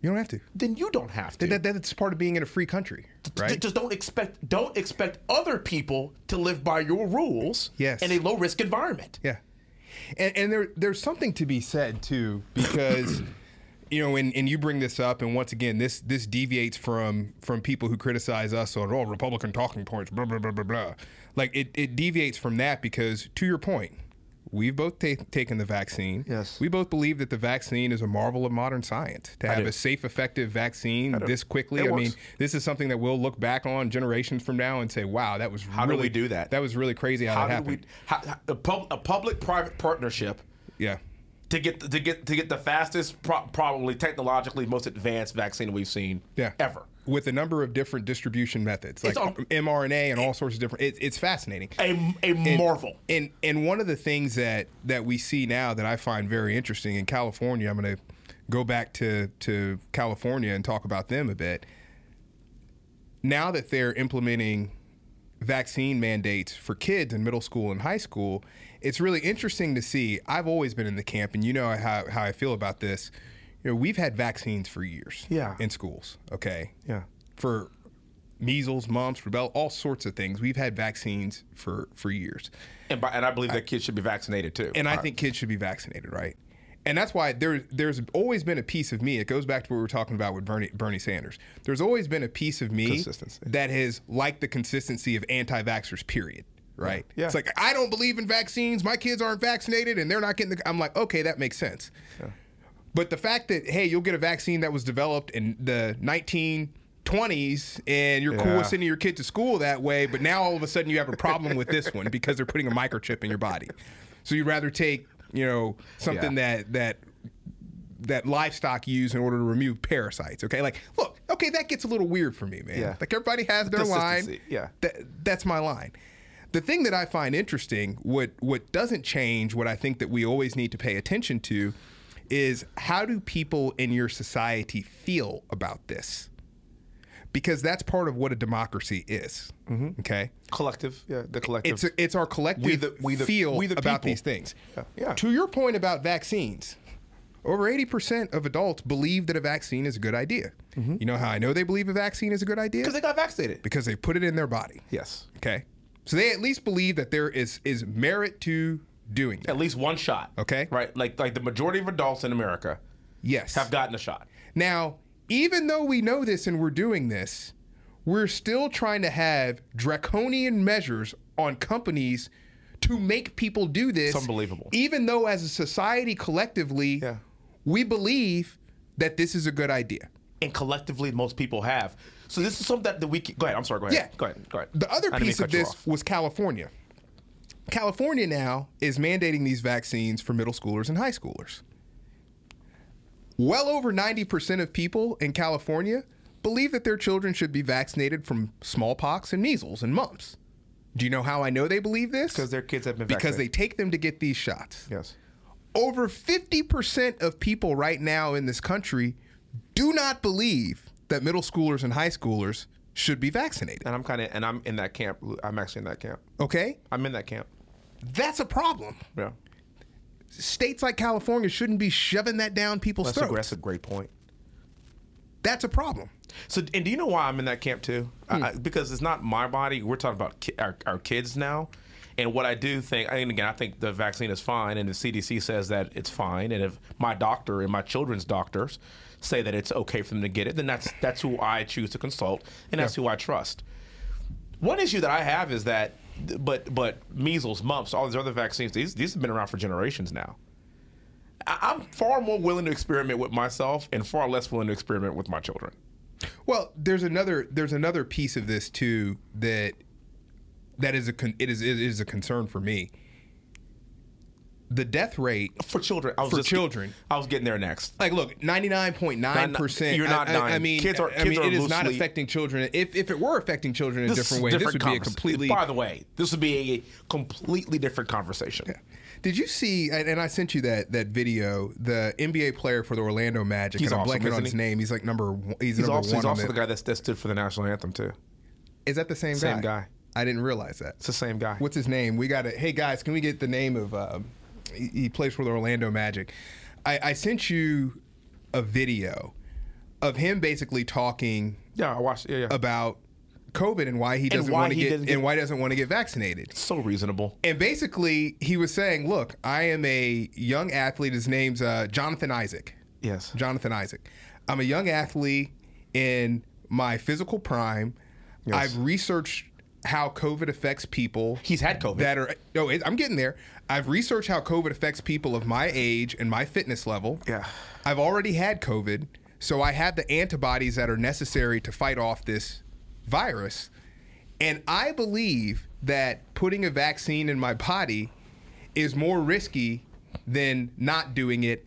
[SPEAKER 3] You don't have to.
[SPEAKER 2] then you don't have to.
[SPEAKER 3] That, that's part of being in a free country,
[SPEAKER 2] J-
[SPEAKER 3] right?
[SPEAKER 2] Just don't expect don't expect other people to live by your rules
[SPEAKER 3] Yes.
[SPEAKER 2] in a low risk environment.
[SPEAKER 3] Yeah, and, and there there's something to be said too because you know, and, and you bring this up, and once again, this this deviates from from people who criticize us on all Republican talking points, blah blah blah blah blah. Like it it deviates from that because to your point. We've both ta- taken the vaccine.
[SPEAKER 2] Yes.
[SPEAKER 3] We both believe that the vaccine is a marvel of modern science. To have
[SPEAKER 2] do.
[SPEAKER 3] a safe, effective vaccine this quickly,
[SPEAKER 2] It
[SPEAKER 3] I
[SPEAKER 2] works.
[SPEAKER 3] mean, this is something that we'll look back on generations from now and say, "Wow, that was how
[SPEAKER 2] did
[SPEAKER 3] really,
[SPEAKER 2] we do that?
[SPEAKER 3] That was really crazy how,
[SPEAKER 2] How
[SPEAKER 3] that
[SPEAKER 2] did we
[SPEAKER 3] happened."
[SPEAKER 2] how, how- a, pub, a public private partnership
[SPEAKER 3] yeah.
[SPEAKER 2] to get to get to get the fastest, pro- probably technologically most advanced vaccine we've seen
[SPEAKER 3] yeah.
[SPEAKER 2] ever.
[SPEAKER 3] with a number of different distribution methods like
[SPEAKER 2] It's all-
[SPEAKER 3] mRNA and all sorts of different. It, it's fascinating.
[SPEAKER 2] A, a marvel.
[SPEAKER 3] And and one of the things that that we see now that I find very interesting in California, I'm going to go back to to California and talk about them a bit. Now that they're implementing vaccine mandates for kids in middle school and high school, it's really interesting to see. I've always been in the camp, and you know how, how I feel about this. You know, we've had vaccines for years
[SPEAKER 2] Yeah.
[SPEAKER 3] in schools, okay?
[SPEAKER 2] Yeah.
[SPEAKER 3] For measles, mumps, rubella, all sorts of things. We've had vaccines for, for years.
[SPEAKER 2] And, by, and I believe that kids should be vaccinated too.
[SPEAKER 3] And I think kids should be vaccinated, right? And that's why there, there's always been a piece of me. It goes back to what we were talking about with Bernie, Bernie Sanders. There's always been a piece of me
[SPEAKER 2] Consistency.
[SPEAKER 3] that has liked the consistency of anti-vaxxers. Period. Right.
[SPEAKER 2] Yeah.
[SPEAKER 3] It's like I don't believe in vaccines. My kids aren't vaccinated, and they're not getting. the I'm like, okay, that makes sense. But the fact that hey, you'll get a vaccine that was developed in the 1920s, and you're cool
[SPEAKER 2] Yeah.
[SPEAKER 3] with sending your kid to school that way, but now all of a sudden you have a problem with this one because they're putting a microchip in your body. So you'd rather take you know something
[SPEAKER 2] Yeah.
[SPEAKER 3] that that that livestock use in order to remove parasites. Okay, like look, okay, that gets a little weird for me, man.
[SPEAKER 2] Yeah.
[SPEAKER 3] Like everybody has their line.
[SPEAKER 2] Consistency, yeah.
[SPEAKER 3] That, that's my line. The thing that I find interesting, what what doesn't change, what I think that we always need to pay attention to, is how do people in your society feel about this? Because that's part of what a democracy is. Okay,
[SPEAKER 2] collective. Yeah, the collective.
[SPEAKER 3] it's it's our collective
[SPEAKER 2] Mm-hmm. We the- we the-
[SPEAKER 3] feel
[SPEAKER 2] we the
[SPEAKER 3] about
[SPEAKER 2] people.
[SPEAKER 3] these things.
[SPEAKER 2] Yeah. Yeah.
[SPEAKER 3] To your point about vaccines, over eighty percent of adults believe that a vaccine is a good idea. You know how I know they believe a vaccine is a good idea?
[SPEAKER 2] Mm-hmm. because they got vaccinated.
[SPEAKER 3] because they put it in their body.
[SPEAKER 2] Yes.
[SPEAKER 3] Okay. So they at least believe that there is is merit to doing that.
[SPEAKER 2] At least one shot.
[SPEAKER 3] Okay.
[SPEAKER 2] Right. Like like the majority of adults in America
[SPEAKER 3] Yes.
[SPEAKER 2] have gotten a shot.
[SPEAKER 3] Now, even though we know this and we're doing this, we're still trying to have draconian measures on companies to make people do this.
[SPEAKER 2] It's unbelievable.
[SPEAKER 3] Even though, as a society collectively,
[SPEAKER 2] Yeah.
[SPEAKER 3] we believe that this is a good idea.
[SPEAKER 2] And collectively, most people have. So this is something that we can, go ahead. I'm sorry. Go ahead.
[SPEAKER 3] Yeah.
[SPEAKER 2] Go ahead. Go ahead.
[SPEAKER 3] The other
[SPEAKER 2] I didn't mean
[SPEAKER 3] piece
[SPEAKER 2] to
[SPEAKER 3] of
[SPEAKER 2] cut you
[SPEAKER 3] this
[SPEAKER 2] off.
[SPEAKER 3] was California. California now is mandating these vaccines for middle schoolers and high schoolers. Well over 90% of people in California believe that their children should be vaccinated from smallpox and measles and mumps. Do you know how I know they believe this?
[SPEAKER 2] because their kids have been
[SPEAKER 3] because they
[SPEAKER 2] vaccinated.
[SPEAKER 3] take them to get these shots.
[SPEAKER 2] yes.
[SPEAKER 3] Over 50% of people right now in this country do not believe that middle schoolers and high schoolers should be vaccinated.
[SPEAKER 2] And I'm kind of and I'm in that camp. I'm actually in that camp.
[SPEAKER 3] Okay?
[SPEAKER 2] I'm in that camp.
[SPEAKER 3] That's a problem.
[SPEAKER 2] Yeah.
[SPEAKER 3] States like California shouldn't be shoving that down people's
[SPEAKER 2] That's a,
[SPEAKER 3] throats.
[SPEAKER 2] that's a great point.
[SPEAKER 3] That's a problem.
[SPEAKER 2] So, and do you know why I'm in that camp too? I, I, because it's not my body. We're talking about ki- our, our kids now. And what I do think, and again, I think the vaccine is fine, and the CDC says that it's fine. And if my doctor and my children's doctors say that it's okay for them to get it, then that's that's who I choose to consult, and that's who I trust. One issue that I have is that, but but measles, mumps, all these other vaccines, these these have been around for generations now. I, I'm far more willing to experiment with myself, and far less willing to experiment with my children.
[SPEAKER 3] Well, there's another there's another piece of this too that that is a con- it is it is a concern for me. The death rate
[SPEAKER 2] for children. I was
[SPEAKER 3] For
[SPEAKER 2] just-
[SPEAKER 3] children.
[SPEAKER 2] I was getting there next.
[SPEAKER 3] like look, 99.9%.
[SPEAKER 2] You're not
[SPEAKER 3] I, I, I
[SPEAKER 2] dying.
[SPEAKER 3] mean,
[SPEAKER 2] Kids are-
[SPEAKER 3] I mean
[SPEAKER 2] kids are
[SPEAKER 3] it is not
[SPEAKER 2] loosely-
[SPEAKER 3] affecting children. If if it were affecting children in a
[SPEAKER 2] is
[SPEAKER 3] different way, this would be a
[SPEAKER 2] conversa-
[SPEAKER 3] completely
[SPEAKER 2] By the way, this would be a completely different conversation.
[SPEAKER 3] Did you see? And, and I sent you that that video. The NBA player for the Orlando Magic.
[SPEAKER 2] He's
[SPEAKER 3] and I'm
[SPEAKER 2] awesome,
[SPEAKER 3] blanking on
[SPEAKER 2] isn't
[SPEAKER 3] his
[SPEAKER 2] he?
[SPEAKER 3] name. He's like number. one- He's,
[SPEAKER 2] He's
[SPEAKER 3] number
[SPEAKER 2] also,
[SPEAKER 3] one.
[SPEAKER 2] he's
[SPEAKER 3] on
[SPEAKER 2] also
[SPEAKER 3] the-
[SPEAKER 2] the guy that that stood for the national anthem too.
[SPEAKER 3] Is that the same guy?
[SPEAKER 2] Same guy.
[SPEAKER 3] I didn't realize that.
[SPEAKER 2] It's the same guy.
[SPEAKER 3] What's his name? We got it. Hey guys, can we get the name of? Um, he, he plays for the Orlando Magic. I, I sent you a video of him basically talking
[SPEAKER 2] yeah, I watched. Yeah, yeah.
[SPEAKER 3] about COVID and why he doesn't
[SPEAKER 2] why
[SPEAKER 3] want to
[SPEAKER 2] he
[SPEAKER 3] get
[SPEAKER 2] doesn't get-
[SPEAKER 3] and why he doesn't want to get vaccinated.
[SPEAKER 2] so reasonable.
[SPEAKER 3] And basically, he was saying, "Look, I am a young athlete. His name's uh, Jonathan Isaac.
[SPEAKER 2] Yes.
[SPEAKER 3] Jonathan Isaac. I'm a young athlete in my physical prime. I've researched how COVID affects people.
[SPEAKER 2] He's had COVID.
[SPEAKER 3] that are. No, it, I'm getting there. I've researched how COVID affects people of my age and my fitness level.
[SPEAKER 2] Yeah.
[SPEAKER 3] I've already had COVID, so I have the antibodies that are necessary to fight off this virus. And I believe that putting a vaccine in my body is more risky than not doing it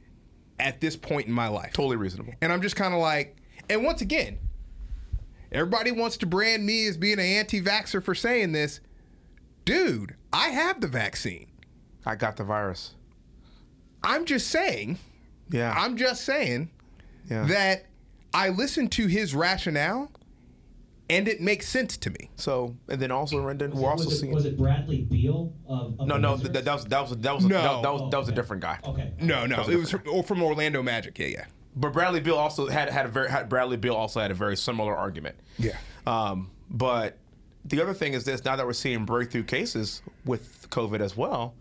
[SPEAKER 3] at this point in my life.
[SPEAKER 2] totally reasonable.
[SPEAKER 3] And I'm just kind of like, and once again, everybody wants to brand me as being an anti vaxxer for saying this. Dude, I have the vaccine.
[SPEAKER 2] I got the virus.
[SPEAKER 3] I'm just saying,
[SPEAKER 2] Yeah.
[SPEAKER 3] I'm just saying
[SPEAKER 2] yeah.
[SPEAKER 3] that I listened to his rationale and it makes sense to me.
[SPEAKER 2] so, and then also, Rendon, we're also
[SPEAKER 4] was, it,
[SPEAKER 2] seeing.
[SPEAKER 4] was it Bradley Beal? Of, of
[SPEAKER 2] no,
[SPEAKER 4] the
[SPEAKER 2] no,
[SPEAKER 4] Wizards?
[SPEAKER 2] that, that was that was that was,
[SPEAKER 3] No.
[SPEAKER 2] that, was- that was that was a
[SPEAKER 4] Okay.
[SPEAKER 2] different guy.
[SPEAKER 4] Okay.
[SPEAKER 3] No, no, it was from, oh, from Orlando Magic. Yeah, yeah.
[SPEAKER 2] But Bradley Bill also had had a very had Bradley Bill also had a very similar argument.
[SPEAKER 3] Yeah.
[SPEAKER 2] Um, but the other thing is this: now that we're seeing breakthrough cases with COVID as well,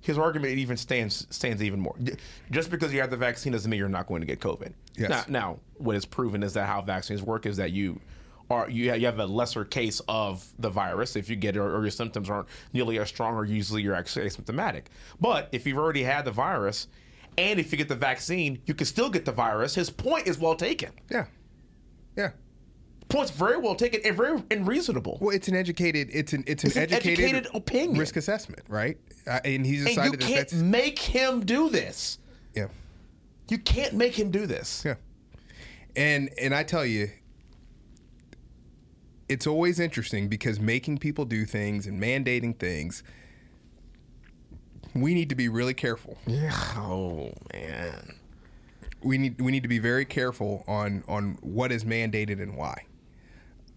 [SPEAKER 2] his argument even stands stands even more. J- Just because you have the vaccine doesn't mean you're not going to get COVID.
[SPEAKER 3] Yes.
[SPEAKER 2] Now, now what is proven is that how vaccines work is that you are you have, you have a lesser case of the virus if you get it, or, or your symptoms aren't nearly as strong, or usually you're actually asymptomatic. But if you've already had the virus. And if you get the vaccine, you can still get the virus. His point is well taken.
[SPEAKER 3] Yeah. Yeah.
[SPEAKER 2] Point's very well taken and very and reasonable.
[SPEAKER 3] Well, it's an educated, it's an it's an,
[SPEAKER 2] It's an
[SPEAKER 3] educated,
[SPEAKER 2] educated opinion.
[SPEAKER 3] risk assessment, right? Uh, and he's
[SPEAKER 2] and you
[SPEAKER 3] decided that
[SPEAKER 2] can't
[SPEAKER 3] that's
[SPEAKER 2] make him do this.
[SPEAKER 3] yeah,
[SPEAKER 2] You can't make him do this.
[SPEAKER 3] yeah. And and I tell you, it's always interesting because making people do things and mandating things, we need to be really careful.
[SPEAKER 2] Oh man.
[SPEAKER 3] we need we need to be very careful on on what is mandated and why.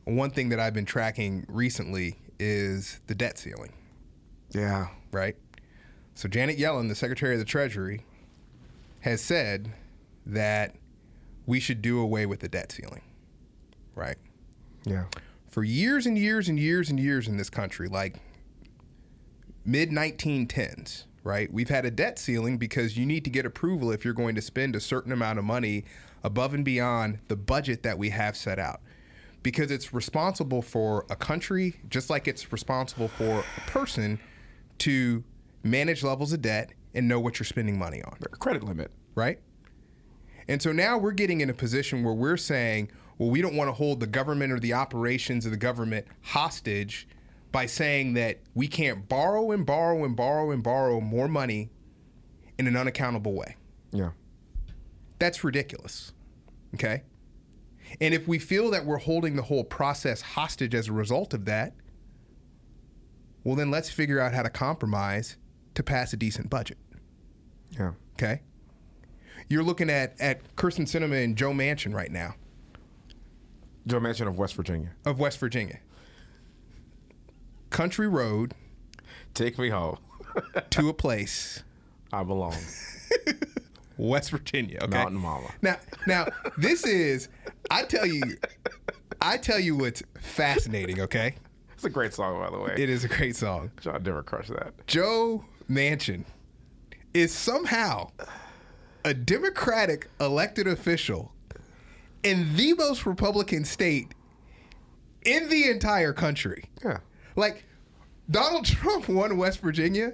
[SPEAKER 3] One thing that I've been tracking recently is the debt ceiling,
[SPEAKER 2] Yeah.
[SPEAKER 3] right? So Janet Yellen, the Secretary of the Treasury, has said that we should do away with the debt ceiling, right?
[SPEAKER 2] Yeah.
[SPEAKER 3] For years and years and years and years in this country, like mid 1910s, right? We've had a debt ceiling because you need to get approval if you're going to spend a certain amount of money above and beyond the budget that we have set out. Because it's responsible for a country, just like it's responsible for a person to manage levels of debt and know what you're spending money on
[SPEAKER 2] Credit limit.
[SPEAKER 3] right? And so now we're getting in a position where we're saying, well, we don't want to hold the government or the operations of the government hostage by saying that we can't borrow and borrow and borrow and borrow more money in an unaccountable way.
[SPEAKER 2] Yeah.
[SPEAKER 3] That's ridiculous. Okay? And if we feel that we're holding the whole process hostage as a result of that, well, then let's figure out how to compromise to pass a decent budget.
[SPEAKER 2] Yeah.
[SPEAKER 3] Okay. You're looking at at Kirsten Cinema and Joe Manchin right now
[SPEAKER 2] Joe Manchin of West Virginia.
[SPEAKER 3] of West Virginia. Country road
[SPEAKER 2] Take me home.
[SPEAKER 3] to a place,
[SPEAKER 2] I belong.
[SPEAKER 3] West Virginia. Okay.
[SPEAKER 2] Mountain mama.
[SPEAKER 3] Now, now this is, I tell you, I tell you what's fascinating. Okay,
[SPEAKER 2] It's a great song, by the way.
[SPEAKER 3] it is a great song.
[SPEAKER 2] John never crushed that.
[SPEAKER 3] Joe Manchin is somehow a Democratic elected official in the most Republican state in the entire country.
[SPEAKER 2] Yeah.
[SPEAKER 3] Like, Donald Trump won West Virginia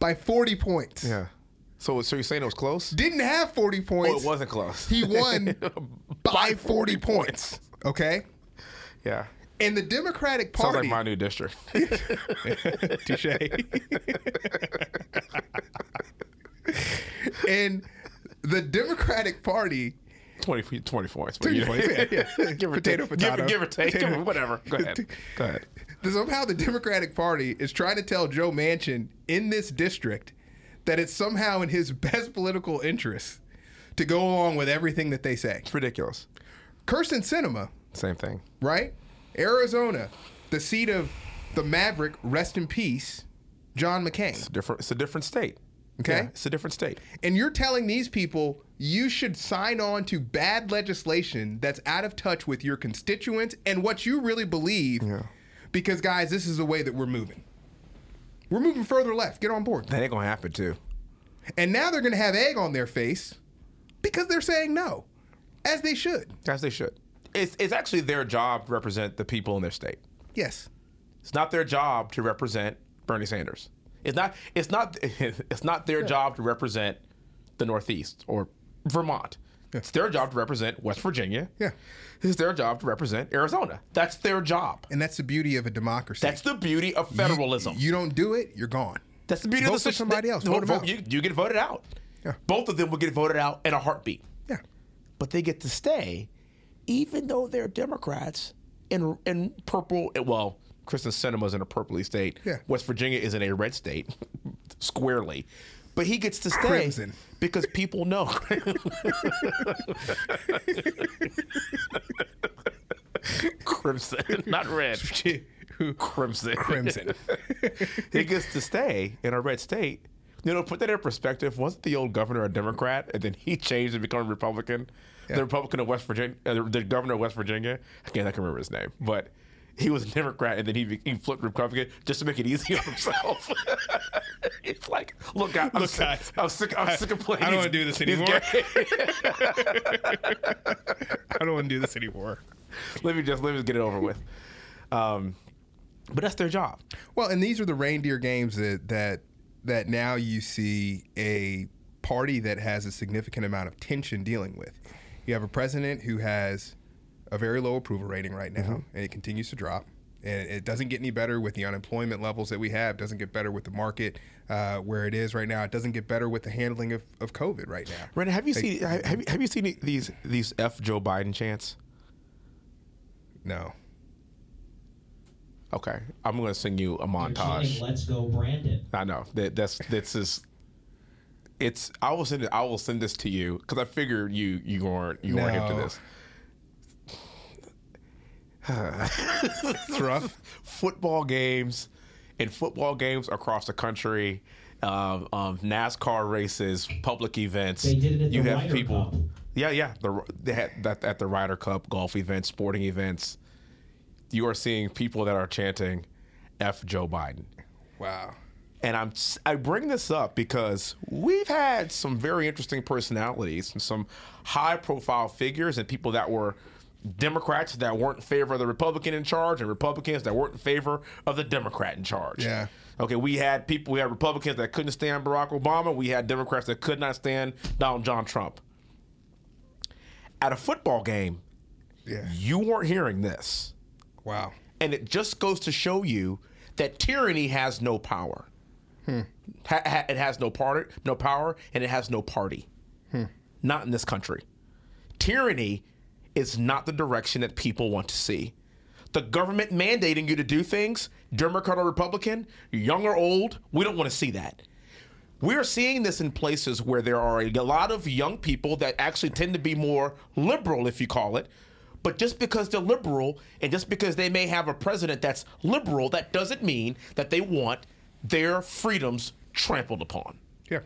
[SPEAKER 3] by 40 points.
[SPEAKER 2] Yeah. So, so you're saying it was close?
[SPEAKER 3] Didn't have 40
[SPEAKER 2] Oh,
[SPEAKER 3] points.
[SPEAKER 2] it wasn't close.
[SPEAKER 3] He won by 40 points. Okay?
[SPEAKER 2] yeah.
[SPEAKER 3] And the Democratic
[SPEAKER 2] Sounds
[SPEAKER 3] Party.
[SPEAKER 2] like my new district.
[SPEAKER 3] and the Democratic Party
[SPEAKER 2] 20, 20 points. but
[SPEAKER 3] 20
[SPEAKER 2] you know.
[SPEAKER 3] points, yeah, yeah.
[SPEAKER 2] give or
[SPEAKER 3] Potato,
[SPEAKER 2] take.
[SPEAKER 3] potato.
[SPEAKER 2] Give, give or take.
[SPEAKER 3] Potato.
[SPEAKER 2] Give or- whatever. Go ahead. Go ahead.
[SPEAKER 3] somehow the Democratic Party is trying to tell Joe Manchin in this district that it's somehow in his best political interest to go along with everything that they say.
[SPEAKER 2] It's ridiculous.
[SPEAKER 3] Kirsten Cinema,
[SPEAKER 2] Same thing.
[SPEAKER 3] right? Arizona, the seat of the Maverick, rest in peace, John McCain.
[SPEAKER 2] Different. It's a different state.
[SPEAKER 3] Okay.
[SPEAKER 2] Yeah, it's a different state.
[SPEAKER 3] And you're telling these people you should sign on to bad legislation that's out of touch with your constituents and what you really believe.
[SPEAKER 2] Yeah.
[SPEAKER 3] Because, guys, this is the way that we're moving. We're moving further left. Get on board.
[SPEAKER 2] That ain't gonna happen too.
[SPEAKER 3] And now they're going to have egg on their face because they're saying no, as they should.
[SPEAKER 2] As they should. It's it's actually their job to represent the people in their state.
[SPEAKER 3] Yes.
[SPEAKER 2] It's not their job to represent Bernie Sanders. It's not it's not it's not their job to represent the Northeast or Vermont. It's their job to represent West Virginia.
[SPEAKER 3] Yeah.
[SPEAKER 2] It's their job to represent Arizona. That's their job.
[SPEAKER 3] And that's the beauty of a democracy.
[SPEAKER 2] That's the beauty of federalism.
[SPEAKER 3] You don't do it, you're gone.
[SPEAKER 2] That's the beauty
[SPEAKER 3] Vote
[SPEAKER 2] of the
[SPEAKER 3] for somebody else.
[SPEAKER 2] Vote,
[SPEAKER 3] Vote 'em
[SPEAKER 2] vote,
[SPEAKER 3] out.
[SPEAKER 2] you, you get voted out.
[SPEAKER 3] Yeah.
[SPEAKER 2] Both of them will get voted out in a heartbeat.
[SPEAKER 3] Yeah.
[SPEAKER 2] But they get to stay, even though they're Democrats in in purple. Well, Kristen Cinema's in a purpley state.
[SPEAKER 3] Yeah.
[SPEAKER 2] West Virginia is in a red state, squarely. But he gets to stay
[SPEAKER 3] Crimson.
[SPEAKER 2] because people know. Crimson, not red. Crimson.
[SPEAKER 3] Crimson.
[SPEAKER 2] he gets to stay in a red state. You know, put that in perspective. Wasn't the old governor a Democrat, and then he changed and became a Republican? The Republican of West Virginia, uh, the- the governor of West Virginia. Again, I can't remember his name, but he was a Democrat, and then he, be- he flipped Republican just to make it easy on himself. it's like, look, I, am
[SPEAKER 3] Look,
[SPEAKER 2] sick,
[SPEAKER 3] guys,
[SPEAKER 2] I'm sick. I'm sick of playing.
[SPEAKER 3] I don't
[SPEAKER 2] these-
[SPEAKER 3] wanna do this
[SPEAKER 2] these
[SPEAKER 3] anymore.
[SPEAKER 2] games.
[SPEAKER 3] I don't want to do this anymore.
[SPEAKER 2] let me just let me just get it over with. Um, but that's their job.
[SPEAKER 3] Well, and these are the reindeer games that that that now you see a party that has a significant amount of tension dealing with. You have a president who has a very low approval rating right now, and it continues to drop. And it doesn't get any better with the unemployment levels that we have. Doesn't get better with the market uh, where it is right now. It doesn't get better with the handling of, of COVID right now.
[SPEAKER 2] Brandon, have you seen have, have you- have you seen these these F Joe Biden chants?
[SPEAKER 3] No.
[SPEAKER 2] Okay, I'm going to send you a
[SPEAKER 4] You're chanting,
[SPEAKER 2] montage.
[SPEAKER 4] Let's go, Brandon.
[SPEAKER 2] I know that that's this is. It's I will send it. I will send this to you because I figured you you weren't you weren't into
[SPEAKER 3] No.
[SPEAKER 2] this.
[SPEAKER 3] It's rough.
[SPEAKER 2] football games and football games across the country, um, um, NASCAR races, public events.
[SPEAKER 4] They did it at the Ryder Cup.
[SPEAKER 2] Yeah, yeah. The, they had that at the Ryder Cup, golf events, sporting events. You are seeing people that are chanting "F Joe Biden,"
[SPEAKER 3] Wow.
[SPEAKER 2] and I'm s- I bring this up because we've had some very interesting personalities and some high-profile figures and people that were. Democrats that weren't in favor of the Republican in charge, and Republicans that weren't in favor of the Democrat in charge.
[SPEAKER 3] Yeah.
[SPEAKER 2] Okay, we had people, we had Republicans that couldn't stand Barack Obama. We had Democrats that could not stand Donald John Trump. At a football game,
[SPEAKER 3] Yeah.
[SPEAKER 2] you weren't hearing this.
[SPEAKER 3] Wow.
[SPEAKER 2] And it just goes to show you that tyranny has no power. Ha- ha- it has no part, no power, and it has no party. Not in this country. Tyranny is not the direction that people want to see. The government mandating you to do things, Democrat or Republican, young or old, we don't want to see that. We're seeing this in places where there are a lot of young people that actually tend to be more liberal, if you call it. But just because they're liberal and just because they may have a president that's liberal, that doesn't mean that they want their freedoms trampled upon.
[SPEAKER 3] Yeah.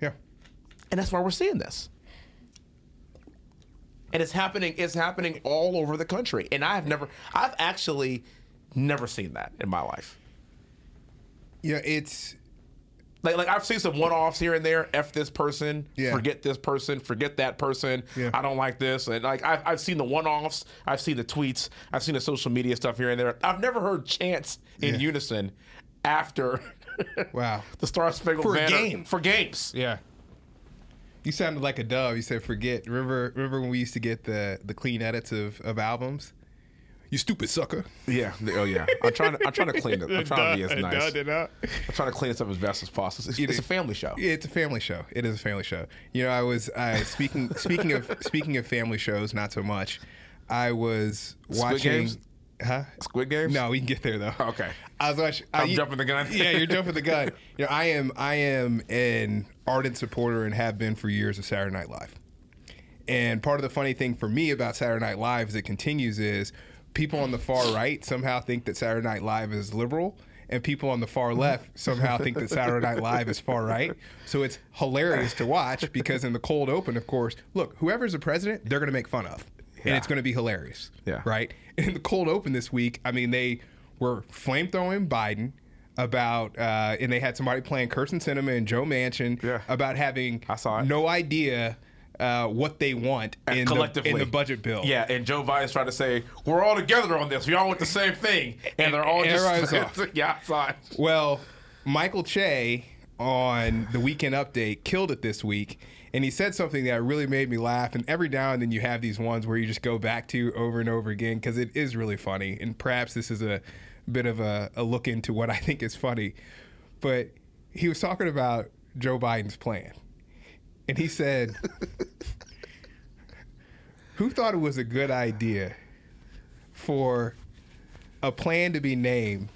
[SPEAKER 3] Yeah.
[SPEAKER 2] And that's why we're seeing this. And it's happening it's happening all over the country. And I've never I've actually never seen that in my life.
[SPEAKER 3] Yeah. It's
[SPEAKER 2] Like, like I've seen some one-offs here and there. F this person,
[SPEAKER 3] Yeah.
[SPEAKER 2] forget this person, forget that person.
[SPEAKER 3] Yeah.
[SPEAKER 2] I don't like this, and like I've, I've seen the one-offs. I've seen the tweets. I've seen the social media stuff here and there. I've never heard chants in
[SPEAKER 3] Yeah.
[SPEAKER 2] unison after
[SPEAKER 3] wow.
[SPEAKER 2] the Star Spangled
[SPEAKER 3] For a
[SPEAKER 2] Banner
[SPEAKER 3] game.
[SPEAKER 2] for games.
[SPEAKER 3] Yeah. You sounded like a dove. You said, "Forget." Remember, remember when we used to get the the clean edits of, of albums? You stupid sucker.
[SPEAKER 2] Yeah. Oh yeah. I'm trying. To, I'm trying to clean it. I'm trying to be as nice. I'm
[SPEAKER 3] Yeah,
[SPEAKER 2] trying to clean this up as best as possible. It's, it's a family show.
[SPEAKER 3] It's a family show. It is a family show. You know, I was I, speaking speaking of speaking of family shows, not so much. I was watching.
[SPEAKER 2] Games?
[SPEAKER 3] Huh?
[SPEAKER 2] Squid Games.
[SPEAKER 3] No, we can get there though.
[SPEAKER 2] Okay.
[SPEAKER 3] I was watching.
[SPEAKER 2] I'm jumping the gun.
[SPEAKER 3] yeah, you're jumping the gun. You know, I am I am an ardent supporter and have been for years of Saturday Night Live. And part of the funny thing for me about Saturday Night Live as it continues is people on the far right somehow think that Saturday Night Live is liberal. And people on the far left somehow think that Saturday Night Live is far right. So it's hilarious to watch because in the cold open, of course, look, whoever's the president, they're going to make fun of. And it's going to be hilarious.
[SPEAKER 2] Yeah.
[SPEAKER 3] Right? In the cold open this week, I mean, they were flamethrowing Biden about, uh, and they had somebody playing Kirsten Cinema and Joe Manchin
[SPEAKER 2] Yeah.
[SPEAKER 3] about having
[SPEAKER 2] I saw it.
[SPEAKER 3] no idea uh, what they want in the,
[SPEAKER 2] collectively
[SPEAKER 3] in the budget bill.
[SPEAKER 2] Yeah, and Joe Biden's trying to say we're all together on this. We all want the same thing, and they're all
[SPEAKER 3] And
[SPEAKER 2] just
[SPEAKER 3] everybody's off.
[SPEAKER 2] yeah, it's fine.
[SPEAKER 3] Well, Michael Che on the Weekend Update killed it this week, and he said something that really made me laugh. And every now and then you have these ones where you just go back to over and over again because it is really funny. And perhaps this is a bit of a, a look into what I think is funny. But he was talking about Joe Biden's plan, and he said. Who thought it was a good idea for a plan to be named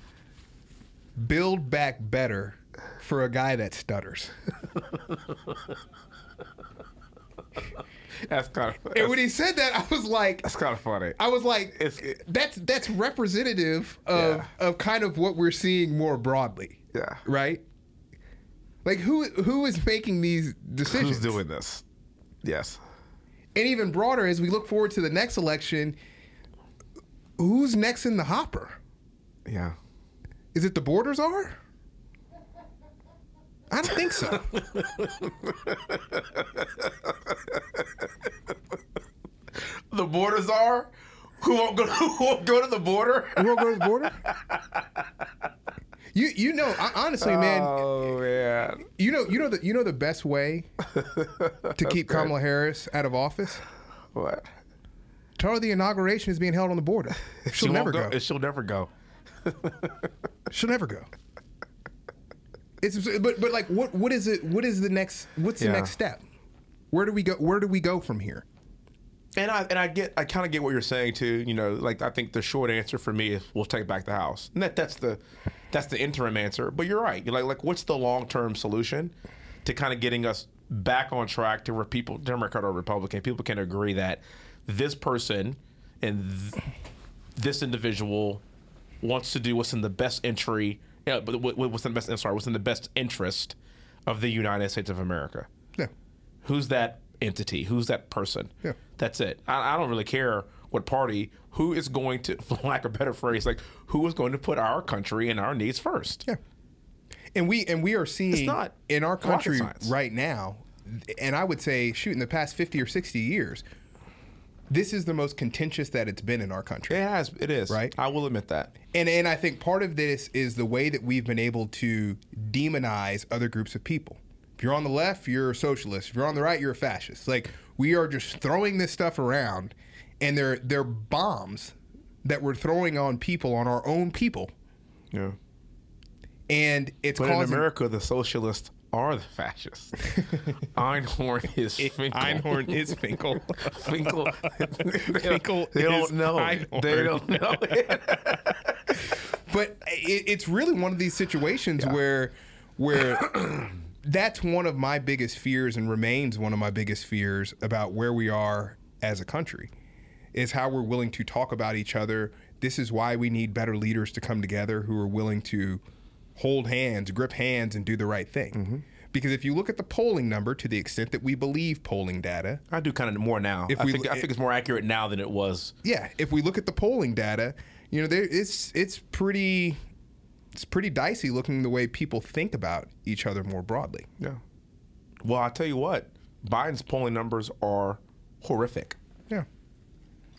[SPEAKER 3] Build Back Better for a guy that stutters?
[SPEAKER 2] That's kind of
[SPEAKER 3] And when he said that, I was like,
[SPEAKER 2] that's kind of funny.
[SPEAKER 3] I was like,
[SPEAKER 2] It's- it-
[SPEAKER 3] that's that's representative of
[SPEAKER 2] Yeah.
[SPEAKER 3] of kind of what we're seeing more broadly,
[SPEAKER 2] yeah,
[SPEAKER 3] right? Like who who is making these decisions?
[SPEAKER 2] who's doing this? Yes,
[SPEAKER 3] and even broader as we look forward to the next election, who's next in the hopper?
[SPEAKER 2] yeah.
[SPEAKER 3] Is it the borders are? I don't think so.
[SPEAKER 2] The borders are who won't go. Who won't go to the border?
[SPEAKER 3] You want to go to the border? You you know I, honestly, man,
[SPEAKER 2] Oh man,
[SPEAKER 3] you know you know the you know the best way to keep Kamala Harris out of office.
[SPEAKER 2] what?
[SPEAKER 3] Tell her the inauguration is being held on the border. She'll
[SPEAKER 2] She won't
[SPEAKER 3] never go.
[SPEAKER 2] She'll never go.
[SPEAKER 3] She'll never go. It's absurd, but but like what what is it? What is the next? What's
[SPEAKER 2] Yeah.
[SPEAKER 3] the next step? Where do we go? Where do we go from here?
[SPEAKER 2] And I and I get I kind of get what you're saying too. You know, like I think the short answer for me is we'll take back the house, and that, that's the that's the interim answer. But you're right. You're like like what's the long term solution to kind of getting us back on track to where people Democrat or Republican people can agree that this person and th- this individual wants to do what's in the best entry, yeah, but what- what's in the best? I'm sorry, what's in the best interest of the United States of America.
[SPEAKER 3] Yeah.
[SPEAKER 2] Who's that entity? Who's that person?
[SPEAKER 3] Yeah.
[SPEAKER 2] That's it. I, I don't really care what party. Who is going to, for lack of a better phrase, like who is going to put our country and our needs first?
[SPEAKER 3] Yeah. And we and we are seeing
[SPEAKER 2] not
[SPEAKER 3] in our
[SPEAKER 2] rocket
[SPEAKER 3] country
[SPEAKER 2] science.
[SPEAKER 3] right now, and I would say, shoot, in the past fifty or sixty years, this is the most contentious that it's been in our country.
[SPEAKER 2] It has. It is.
[SPEAKER 3] Right.
[SPEAKER 2] I will admit that.
[SPEAKER 3] And and I think part of this is the way that we've been able to demonize other groups of people. If you're on the left, you're a socialist. If you're on the right, you're a fascist. Like we are just throwing this stuff around, and they're they're bombs that we're throwing on people, on our own people,
[SPEAKER 2] Yeah.
[SPEAKER 3] and it's
[SPEAKER 2] But in
[SPEAKER 3] causing
[SPEAKER 2] America, the socialists are the fascists. Einhorn is Finkel.
[SPEAKER 3] Einhorn is Finkel.
[SPEAKER 2] Finkel.
[SPEAKER 3] Finkel
[SPEAKER 2] They
[SPEAKER 3] is
[SPEAKER 2] don't know.
[SPEAKER 3] Einhorn.
[SPEAKER 2] They don't know. it.
[SPEAKER 3] but it, it's really one of these situations where where that's one of my biggest fears and remains one of my biggest fears about where we are as a country is how we're willing to talk about each other this is why we need better leaders to come together who are willing to hold hands grip hands and do the right thing because if you look at the polling number to the extent that we believe polling data
[SPEAKER 2] I do kind of more now.
[SPEAKER 3] If
[SPEAKER 2] I
[SPEAKER 3] we-
[SPEAKER 2] think, I think it's more accurate now than it was.
[SPEAKER 3] yeah, if we look at the polling data, you know, there it's it's pretty it's pretty dicey looking the way people think about each other more broadly.
[SPEAKER 2] Yeah. Well, I tell you what, Biden's polling numbers are horrific.
[SPEAKER 3] Yeah.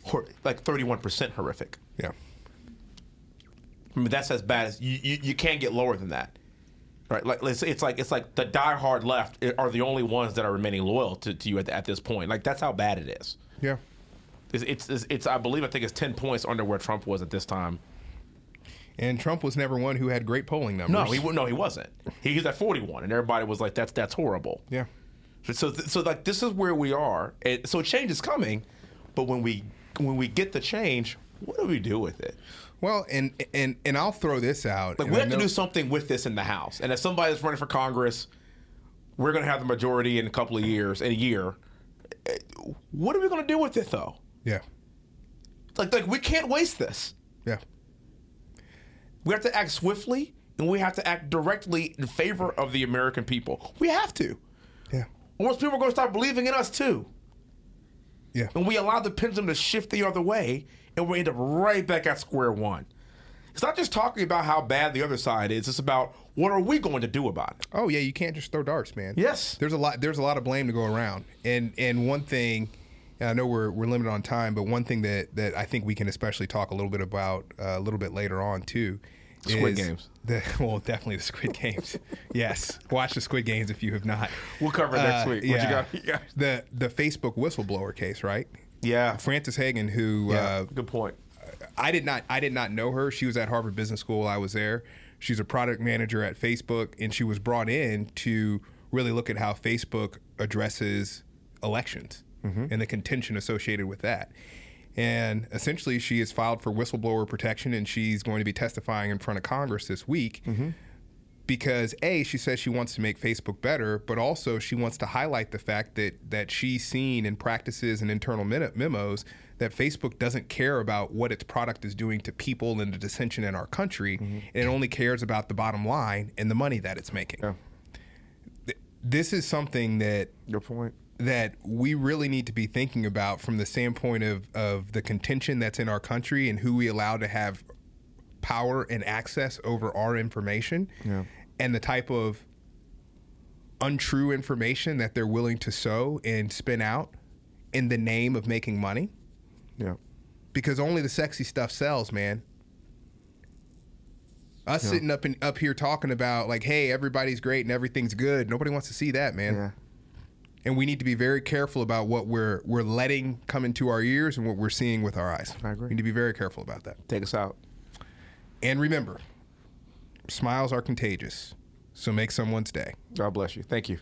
[SPEAKER 2] Hor- like 31% horrific.
[SPEAKER 3] Yeah.
[SPEAKER 2] I mean, that's as bad as you, you, you can't get lower than that. Right? Like it's, it's like it's like the diehard left are the only ones that are remaining loyal to, to you at, at this point. Like that's how bad it is.
[SPEAKER 3] Yeah.
[SPEAKER 2] It's, it's, it's, it's I believe I think it's 10 points under where Trump was at this time.
[SPEAKER 3] And Trump was never one who had great polling numbers.
[SPEAKER 2] No, he wa- no he wasn't. He was at 41 and everybody was like that's that's horrible.
[SPEAKER 3] Yeah.
[SPEAKER 2] So, so like this is where we are. And so change is coming, but when we when we get the change, what do we do with it?
[SPEAKER 3] Well, and and and I'll throw this out.
[SPEAKER 2] Like
[SPEAKER 3] and
[SPEAKER 2] we
[SPEAKER 3] I
[SPEAKER 2] have to
[SPEAKER 3] know-
[SPEAKER 2] do something with this in the House. And if somebody's running for Congress, we're going to have the majority in a couple of years, in a year. Eh, What are we going to do with it though?
[SPEAKER 3] Yeah.
[SPEAKER 2] Like, like we can't waste this.
[SPEAKER 3] Yeah.
[SPEAKER 2] We have to act swiftly, and we have to act directly in favor of the American people. We have to.
[SPEAKER 3] Yeah.
[SPEAKER 2] Or else people are going to start believing in us too.
[SPEAKER 3] Yeah.
[SPEAKER 2] and we allow the pendulum to shift the other way, and we end up right back at square one. It's not just talking about how bad the other side is; it's about what are we going to do about it.
[SPEAKER 3] Oh yeah, you can't just throw darts, man.
[SPEAKER 2] Yes.
[SPEAKER 3] There's a lot there's a lot of blame to go around. And and one thing and I know we're we're limited on time, but one thing that that I think we can especially talk a little bit about uh, a little bit later on too.
[SPEAKER 2] Squid
[SPEAKER 3] is
[SPEAKER 2] Games.
[SPEAKER 3] The, well, definitely the Squid Games. yes, watch the Squid Games if you have not. Uh,
[SPEAKER 2] We'll cover it next week. What you got? Yeah.
[SPEAKER 3] The the Facebook whistleblower case, right?
[SPEAKER 2] Yeah,
[SPEAKER 3] Frances Hagen, who uh,
[SPEAKER 2] good point.
[SPEAKER 3] I did not I did not know her. She was at Harvard Business School. I was there. She's a product manager at Facebook, and she was brought in to really look at how Facebook addresses elections and the contention associated with that. And essentially, she has filed for whistleblower protection, and she's going to be testifying in front of Congress this week because a she says she wants to make Facebook better, but also she wants to highlight the fact that that she's seen in practices and internal mem- memos that Facebook doesn't care about what its product is doing to people and the dissension in our country, and it only cares about the bottom line and the money that it's making. Th- This is something that
[SPEAKER 2] Your point.
[SPEAKER 3] that we really need to be thinking about from the standpoint of, of the contention that's in our country and who we allow to have power and access over our information and the type of untrue information that they're willing to sow and spin out in the name of making money
[SPEAKER 2] Yeah,
[SPEAKER 3] because only the sexy stuff sells, man. Us sitting up in, up here talking about like, hey, everybody's great and everything's good. Nobody wants to see that, man and we need to be very careful about what we're we're letting come into our ears and what we're seeing with our eyes.
[SPEAKER 2] I agree.
[SPEAKER 3] We need to be very careful about that.
[SPEAKER 2] Take us out.
[SPEAKER 3] And remember, smiles are contagious, so make someone's day.
[SPEAKER 2] God bless you. Thank you.